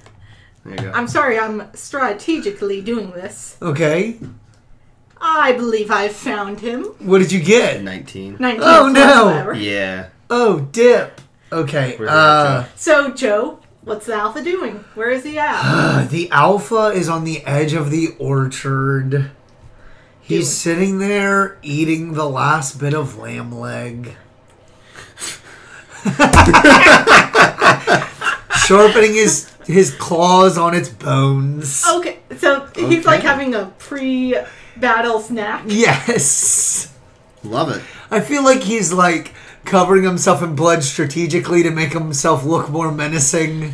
[SPEAKER 1] There you go.
[SPEAKER 3] I'm sorry, I'm strategically doing this.
[SPEAKER 2] Okay.
[SPEAKER 3] I believe I've found him.
[SPEAKER 2] What did you get?
[SPEAKER 1] 19.
[SPEAKER 3] 19
[SPEAKER 2] Oh,
[SPEAKER 3] plus
[SPEAKER 2] no.
[SPEAKER 3] whatever.
[SPEAKER 1] Yeah.
[SPEAKER 2] Oh, dip. Okay.
[SPEAKER 1] Where's
[SPEAKER 2] Uh,
[SPEAKER 3] So, Joe, what's the alpha doing? Where is he at?
[SPEAKER 2] uh, the alpha is on the edge of the orchard. He's sitting there eating the last bit of lamb leg. Sharpening his his claws on its bones.
[SPEAKER 3] Okay, so he's like
[SPEAKER 1] Okay.
[SPEAKER 3] having a pre battle snack.
[SPEAKER 2] Yes.
[SPEAKER 1] Love it.
[SPEAKER 2] I feel like he's like covering himself in blood strategically to make himself look more menacing.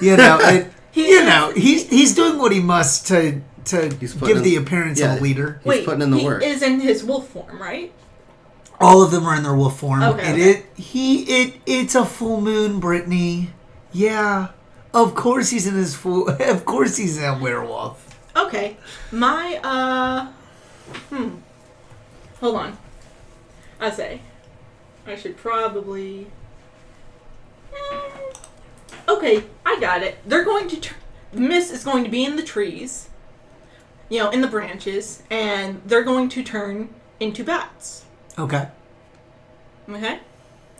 [SPEAKER 2] You know, it,
[SPEAKER 3] He
[SPEAKER 2] you
[SPEAKER 3] is-
[SPEAKER 2] know, he's he's doing what he must to to
[SPEAKER 1] putting
[SPEAKER 2] give the
[SPEAKER 1] in-
[SPEAKER 2] appearance
[SPEAKER 1] yeah.
[SPEAKER 2] of a leader.
[SPEAKER 1] He's putting in the
[SPEAKER 3] he
[SPEAKER 1] work.
[SPEAKER 3] is in his wolf form, right?
[SPEAKER 2] All of them are in their wolf form.
[SPEAKER 3] Okay.
[SPEAKER 2] It, it he it it's a full moon, Brittany. Yeah, of course he's in his full. Of course he's a werewolf.
[SPEAKER 3] Okay. My, uh. Hmm. Hold on. I say. I should probably. Eh. Okay, I got it. They're going to. Tr- Miss is going to be in the trees, you know, in the branches, and they're going to turn into bats.
[SPEAKER 2] Okay.
[SPEAKER 3] Okay? Do that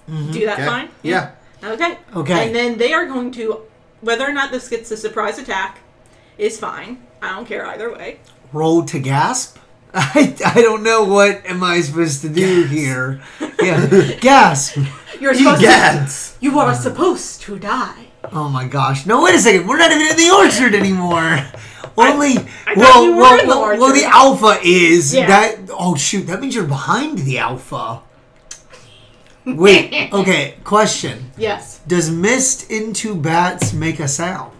[SPEAKER 1] Mm-hmm. Okay.
[SPEAKER 3] fine?
[SPEAKER 1] Yeah.
[SPEAKER 3] Okay.
[SPEAKER 2] Okay.
[SPEAKER 3] And then they are going to, whether or not this gets a surprise attack, is fine. I don't care either way.
[SPEAKER 2] Roll to gasp. I, I don't know what am I supposed to do here. Yeah, gasp.
[SPEAKER 3] You're supposed to.
[SPEAKER 1] Gads.
[SPEAKER 3] You are supposed to die.
[SPEAKER 2] Oh my gosh! No, wait a second. We're not even in the orchard anymore. Only
[SPEAKER 3] I thought
[SPEAKER 2] well,
[SPEAKER 3] you were
[SPEAKER 2] well,
[SPEAKER 3] in the
[SPEAKER 2] well, well,
[SPEAKER 3] orchard.
[SPEAKER 2] the alpha is
[SPEAKER 3] Yeah.
[SPEAKER 2] that. Oh shoot! That means you're behind the alpha. Wait. Okay. Question:
[SPEAKER 3] Yes.
[SPEAKER 2] Does mist into bats make a sound?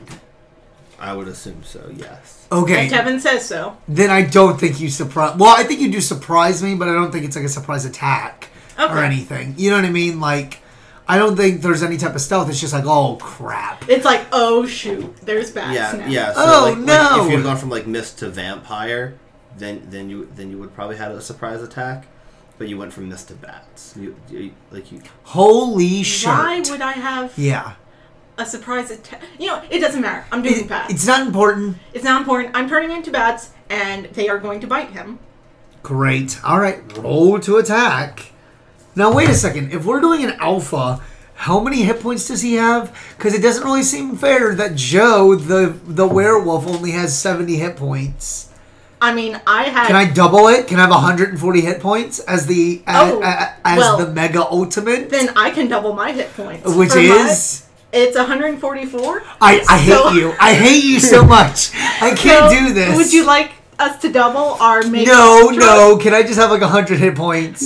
[SPEAKER 1] I would assume so. Yes.
[SPEAKER 3] If
[SPEAKER 2] Okay,
[SPEAKER 3] Tevin says so.
[SPEAKER 2] then I don't think you surprise. Well, I think you do surprise me, but I don't think it's like a surprise attack or
[SPEAKER 3] Okay.
[SPEAKER 2] anything. You know what I mean? Like, I don't think there's any type of stealth. It's just like, oh crap.
[SPEAKER 3] It's like, oh shoot, there's bats now.
[SPEAKER 1] Yeah. Yeah. So
[SPEAKER 2] Oh,
[SPEAKER 1] like, like,
[SPEAKER 2] no.
[SPEAKER 1] if you had gone from like mist to vampire, then then you then you would probably have a surprise attack, but you went from mist to bats. You, you like you.
[SPEAKER 2] Holy shit.
[SPEAKER 3] Why would I have
[SPEAKER 2] yeah.
[SPEAKER 3] a surprise attack? You know, it doesn't matter. I'm doing bats.
[SPEAKER 2] It's not important.
[SPEAKER 3] It's not important. I'm turning into bats, and they are going to bite him.
[SPEAKER 2] Great. All right, roll to attack. Now, wait a second. If we're doing an alpha, how many hit points does he have? Because it doesn't really seem fair that Joe, the the werewolf, only has 70 hit points.
[SPEAKER 3] I mean, I had.
[SPEAKER 2] Can I double it? Can I have 140 hit points as the as,
[SPEAKER 3] Oh,
[SPEAKER 2] as
[SPEAKER 3] well,
[SPEAKER 2] the mega ultimate?
[SPEAKER 3] then I can double my hit points.
[SPEAKER 2] which
[SPEAKER 3] For my-
[SPEAKER 2] is
[SPEAKER 3] it's 144.
[SPEAKER 2] I, I hate
[SPEAKER 3] So-
[SPEAKER 2] you. I hate you so much. I can't
[SPEAKER 3] So,
[SPEAKER 2] do this.
[SPEAKER 3] Would you like us to double our make?
[SPEAKER 2] No, no. Can I just have like 100 hit points?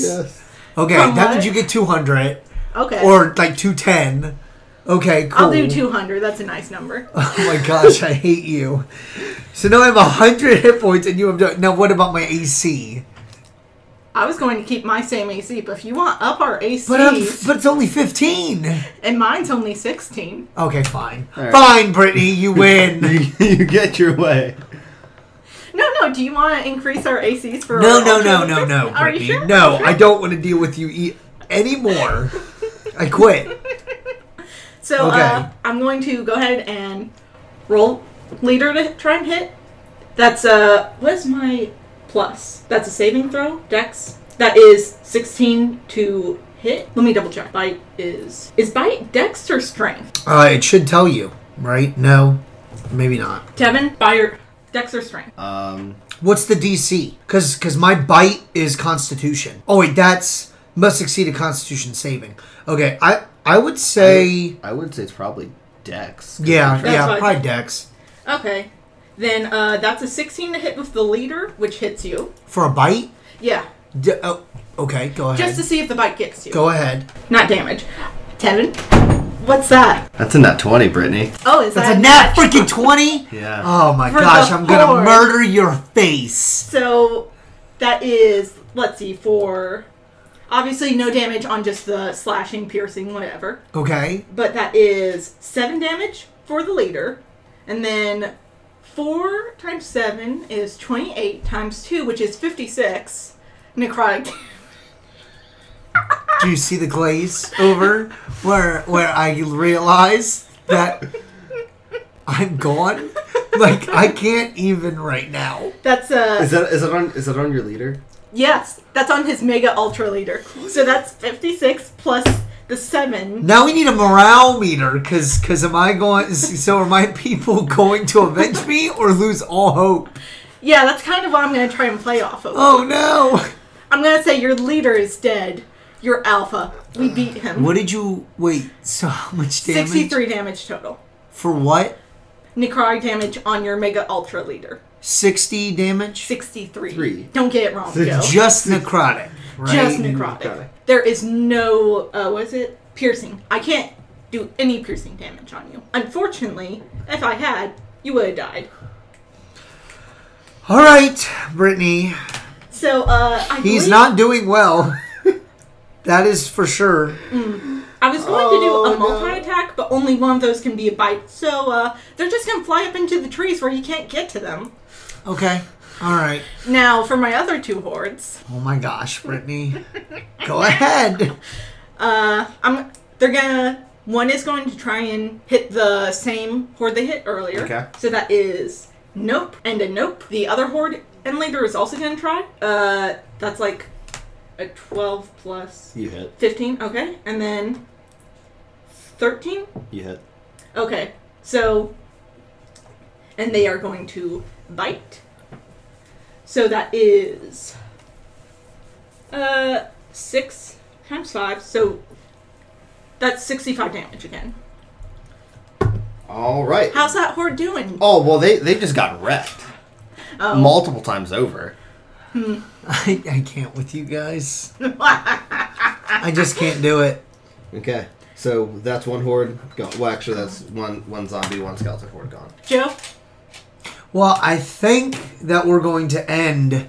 [SPEAKER 2] Okay,
[SPEAKER 3] From
[SPEAKER 2] that
[SPEAKER 3] what?
[SPEAKER 2] means you get 200.
[SPEAKER 3] Okay.
[SPEAKER 2] or like 210. Okay, cool.
[SPEAKER 3] I'll do 200. That's a nice number.
[SPEAKER 2] Oh my gosh, I hate you. So now I have 100 hit points and you have done. Now, what about my AC?
[SPEAKER 3] I was going to keep my same AC, but if you want up our AC,
[SPEAKER 2] But I'm, but it's only 15.
[SPEAKER 3] and mine's only 16.
[SPEAKER 2] Okay, fine.
[SPEAKER 1] right.
[SPEAKER 2] Fine, Brittany, you win.
[SPEAKER 1] you get your way.
[SPEAKER 3] No, no. Do you want to increase our ACs for?
[SPEAKER 2] No,
[SPEAKER 3] our
[SPEAKER 2] no, no, no,
[SPEAKER 3] alternate
[SPEAKER 2] no,
[SPEAKER 3] person? Are you
[SPEAKER 2] Brittany.
[SPEAKER 3] sure?
[SPEAKER 2] No, I don't want to deal with you e- anymore. I quit.
[SPEAKER 3] So
[SPEAKER 2] Okay.
[SPEAKER 3] uh, I'm going to go ahead and roll leader to try and hit. That's uh, what's my plus? That's a saving throw, Dex. That is 16 to hit. Let me double check. Bite is is bite Dex or strength?
[SPEAKER 2] Uh, it should tell you, right? No, maybe not.
[SPEAKER 3] Tevin, bite Dex or strength?
[SPEAKER 1] Um.
[SPEAKER 2] What's the DC? Because because my bite is Constitution. Oh wait, that's must succeed a Constitution saving. Okay, I I would say
[SPEAKER 1] I would say it's probably Dex.
[SPEAKER 2] yeah
[SPEAKER 3] That's
[SPEAKER 2] yeah
[SPEAKER 3] fine.
[SPEAKER 2] probably Dex
[SPEAKER 3] Okay, then uh, that's a 16 to hit with the leader, which hits you.
[SPEAKER 2] for a bite.
[SPEAKER 3] Yeah,
[SPEAKER 2] D- oh, okay, go ahead.
[SPEAKER 3] just to see if the bite gets you.
[SPEAKER 2] go ahead.
[SPEAKER 3] Not damage. Tevin, what's that?
[SPEAKER 1] That's a nat twenty, Brittany.
[SPEAKER 3] Oh, is
[SPEAKER 2] That's
[SPEAKER 3] that
[SPEAKER 2] a nat freaking twenty.
[SPEAKER 1] Yeah.
[SPEAKER 2] Oh my
[SPEAKER 3] For
[SPEAKER 2] gosh,
[SPEAKER 3] the
[SPEAKER 2] I'm gonna
[SPEAKER 3] horde.
[SPEAKER 2] murder your face.
[SPEAKER 3] So that is let's see for obviously no damage on just the slashing, piercing, whatever.
[SPEAKER 2] Okay,
[SPEAKER 3] But that is seven damage for the leader, and then four times seven is twenty-eight times two, which is fifty-six necrotic.
[SPEAKER 2] do you see the glaze over where where I realize that I'm gone? Like I can't even right now.
[SPEAKER 3] That's
[SPEAKER 1] Is
[SPEAKER 3] uh
[SPEAKER 1] that is that on is that on your leader?
[SPEAKER 3] yes, that's on his mega ultra leader. So that's fifty-six plus the seven.
[SPEAKER 2] Now we need a morale meter, cause, 'cause am I going? So are my people going to avenge me or lose all hope?
[SPEAKER 3] Yeah, that's kind of what I'm gonna try and play off of.
[SPEAKER 2] Oh no!
[SPEAKER 3] I'm gonna say your leader is dead. Your alpha. We beat him.
[SPEAKER 2] Uh, What did you wait? So how much damage?
[SPEAKER 3] 63 damage total.
[SPEAKER 2] for what?
[SPEAKER 3] Necrotic damage on your Mega Ultra leader.
[SPEAKER 2] Sixty damage.
[SPEAKER 3] 63.
[SPEAKER 1] Three.
[SPEAKER 3] Don't get it wrong, Joe. Just,
[SPEAKER 2] Just necrotic. Right?
[SPEAKER 3] necrotic.
[SPEAKER 1] necrotic.
[SPEAKER 3] There is no, uh, what is it? Piercing. I can't do any piercing damage on you. Unfortunately, if I had, you would have died.
[SPEAKER 2] All right, Brittany.
[SPEAKER 3] So, uh, I
[SPEAKER 2] He's
[SPEAKER 3] believe
[SPEAKER 2] not doing well. that is for sure.
[SPEAKER 3] I was going to do
[SPEAKER 1] Oh,
[SPEAKER 3] a multi attack, but only one of those can be a bite. So, uh, they're just going to fly up into the trees where you can't get to them.
[SPEAKER 2] Okay. All right.
[SPEAKER 3] Now, for my other two hordes.
[SPEAKER 2] Oh my gosh, Brittany. Go ahead.
[SPEAKER 3] Uh, I'm. They're gonna. One is going to try and hit the same horde they hit earlier.
[SPEAKER 1] Okay.
[SPEAKER 3] So that is nope and a nope. The other horde and leader is also gonna try. Uh, that's like a twelve plus
[SPEAKER 1] You hit.
[SPEAKER 3] fifteen. Okay, and then thirteen.
[SPEAKER 1] You hit.
[SPEAKER 3] Okay, so and they are going to bite. So that is uh six times five, so that's sixty-five damage again.
[SPEAKER 1] All right.
[SPEAKER 3] How's that horde doing?
[SPEAKER 1] Oh well, they they just got wrecked
[SPEAKER 3] Oh.
[SPEAKER 1] multiple times over.
[SPEAKER 2] I, I can't with you guys. I just can't do it.
[SPEAKER 1] Okay, so that's one horde gone. Well, actually, that's one one zombie, one skeleton horde gone.
[SPEAKER 3] Joe,
[SPEAKER 2] Well, I think that we're going to end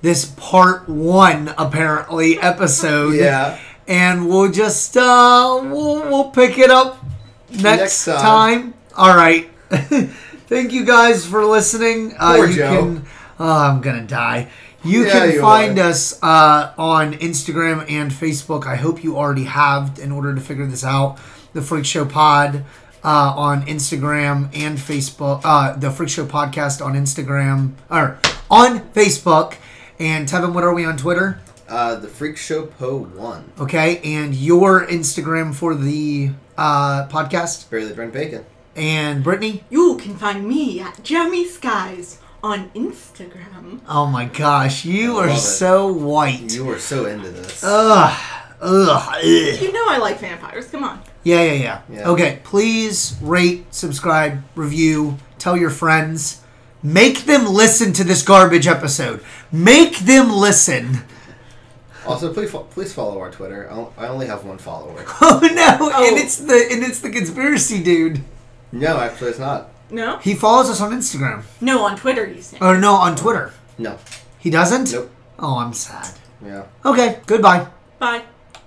[SPEAKER 2] this part one, apparently, episode.
[SPEAKER 1] Yeah.
[SPEAKER 2] And we'll just uh we'll we'll pick it up next,
[SPEAKER 1] Next time.
[SPEAKER 2] time. All right. Thank you guys for listening. Uh,
[SPEAKER 1] Poor
[SPEAKER 2] you
[SPEAKER 1] Joe.
[SPEAKER 2] can oh, I'm gonna die. You
[SPEAKER 1] Yeah,
[SPEAKER 2] can
[SPEAKER 1] you
[SPEAKER 2] find
[SPEAKER 1] are.
[SPEAKER 2] us uh, on Instagram and Facebook. I hope you already have in order to figure this out. The Freak Show Pod uh, on Instagram and Facebook. Uh, the Freak Show Podcast on Instagram or on Facebook. And Tevin, what are we on Twitter?
[SPEAKER 1] Uh, the Freak Show Po one.
[SPEAKER 2] Okay, and your Instagram for the uh, podcast.
[SPEAKER 1] Barely Brent Bacon.
[SPEAKER 2] And Brittany.
[SPEAKER 3] You can find me at Jammy Skies on Instagram.
[SPEAKER 2] Oh my gosh, you are
[SPEAKER 1] love it.
[SPEAKER 2] so white.
[SPEAKER 1] You were so into this.
[SPEAKER 2] Ugh. Ugh. Ugh.
[SPEAKER 3] You know I like vampires. Come on.
[SPEAKER 2] Yeah, yeah, yeah,
[SPEAKER 1] Yeah.
[SPEAKER 2] Okay, please rate, subscribe, review, tell your friends. Make them listen to this garbage episode. Make them listen.
[SPEAKER 1] also, please fo- please follow our Twitter. I'll- I only have one follower.
[SPEAKER 2] Oh no,
[SPEAKER 3] Oh.
[SPEAKER 2] and it's the and it's the conspiracy dude.
[SPEAKER 1] no, actually, it's not.
[SPEAKER 3] No?
[SPEAKER 2] He follows us on Instagram.
[SPEAKER 3] No, on Twitter you say.
[SPEAKER 2] Or no, on Twitter.
[SPEAKER 1] No.
[SPEAKER 2] He doesn't?
[SPEAKER 1] Nope.
[SPEAKER 2] Oh, I'm sad.
[SPEAKER 1] Yeah.
[SPEAKER 2] Okay, goodbye.
[SPEAKER 3] Bye.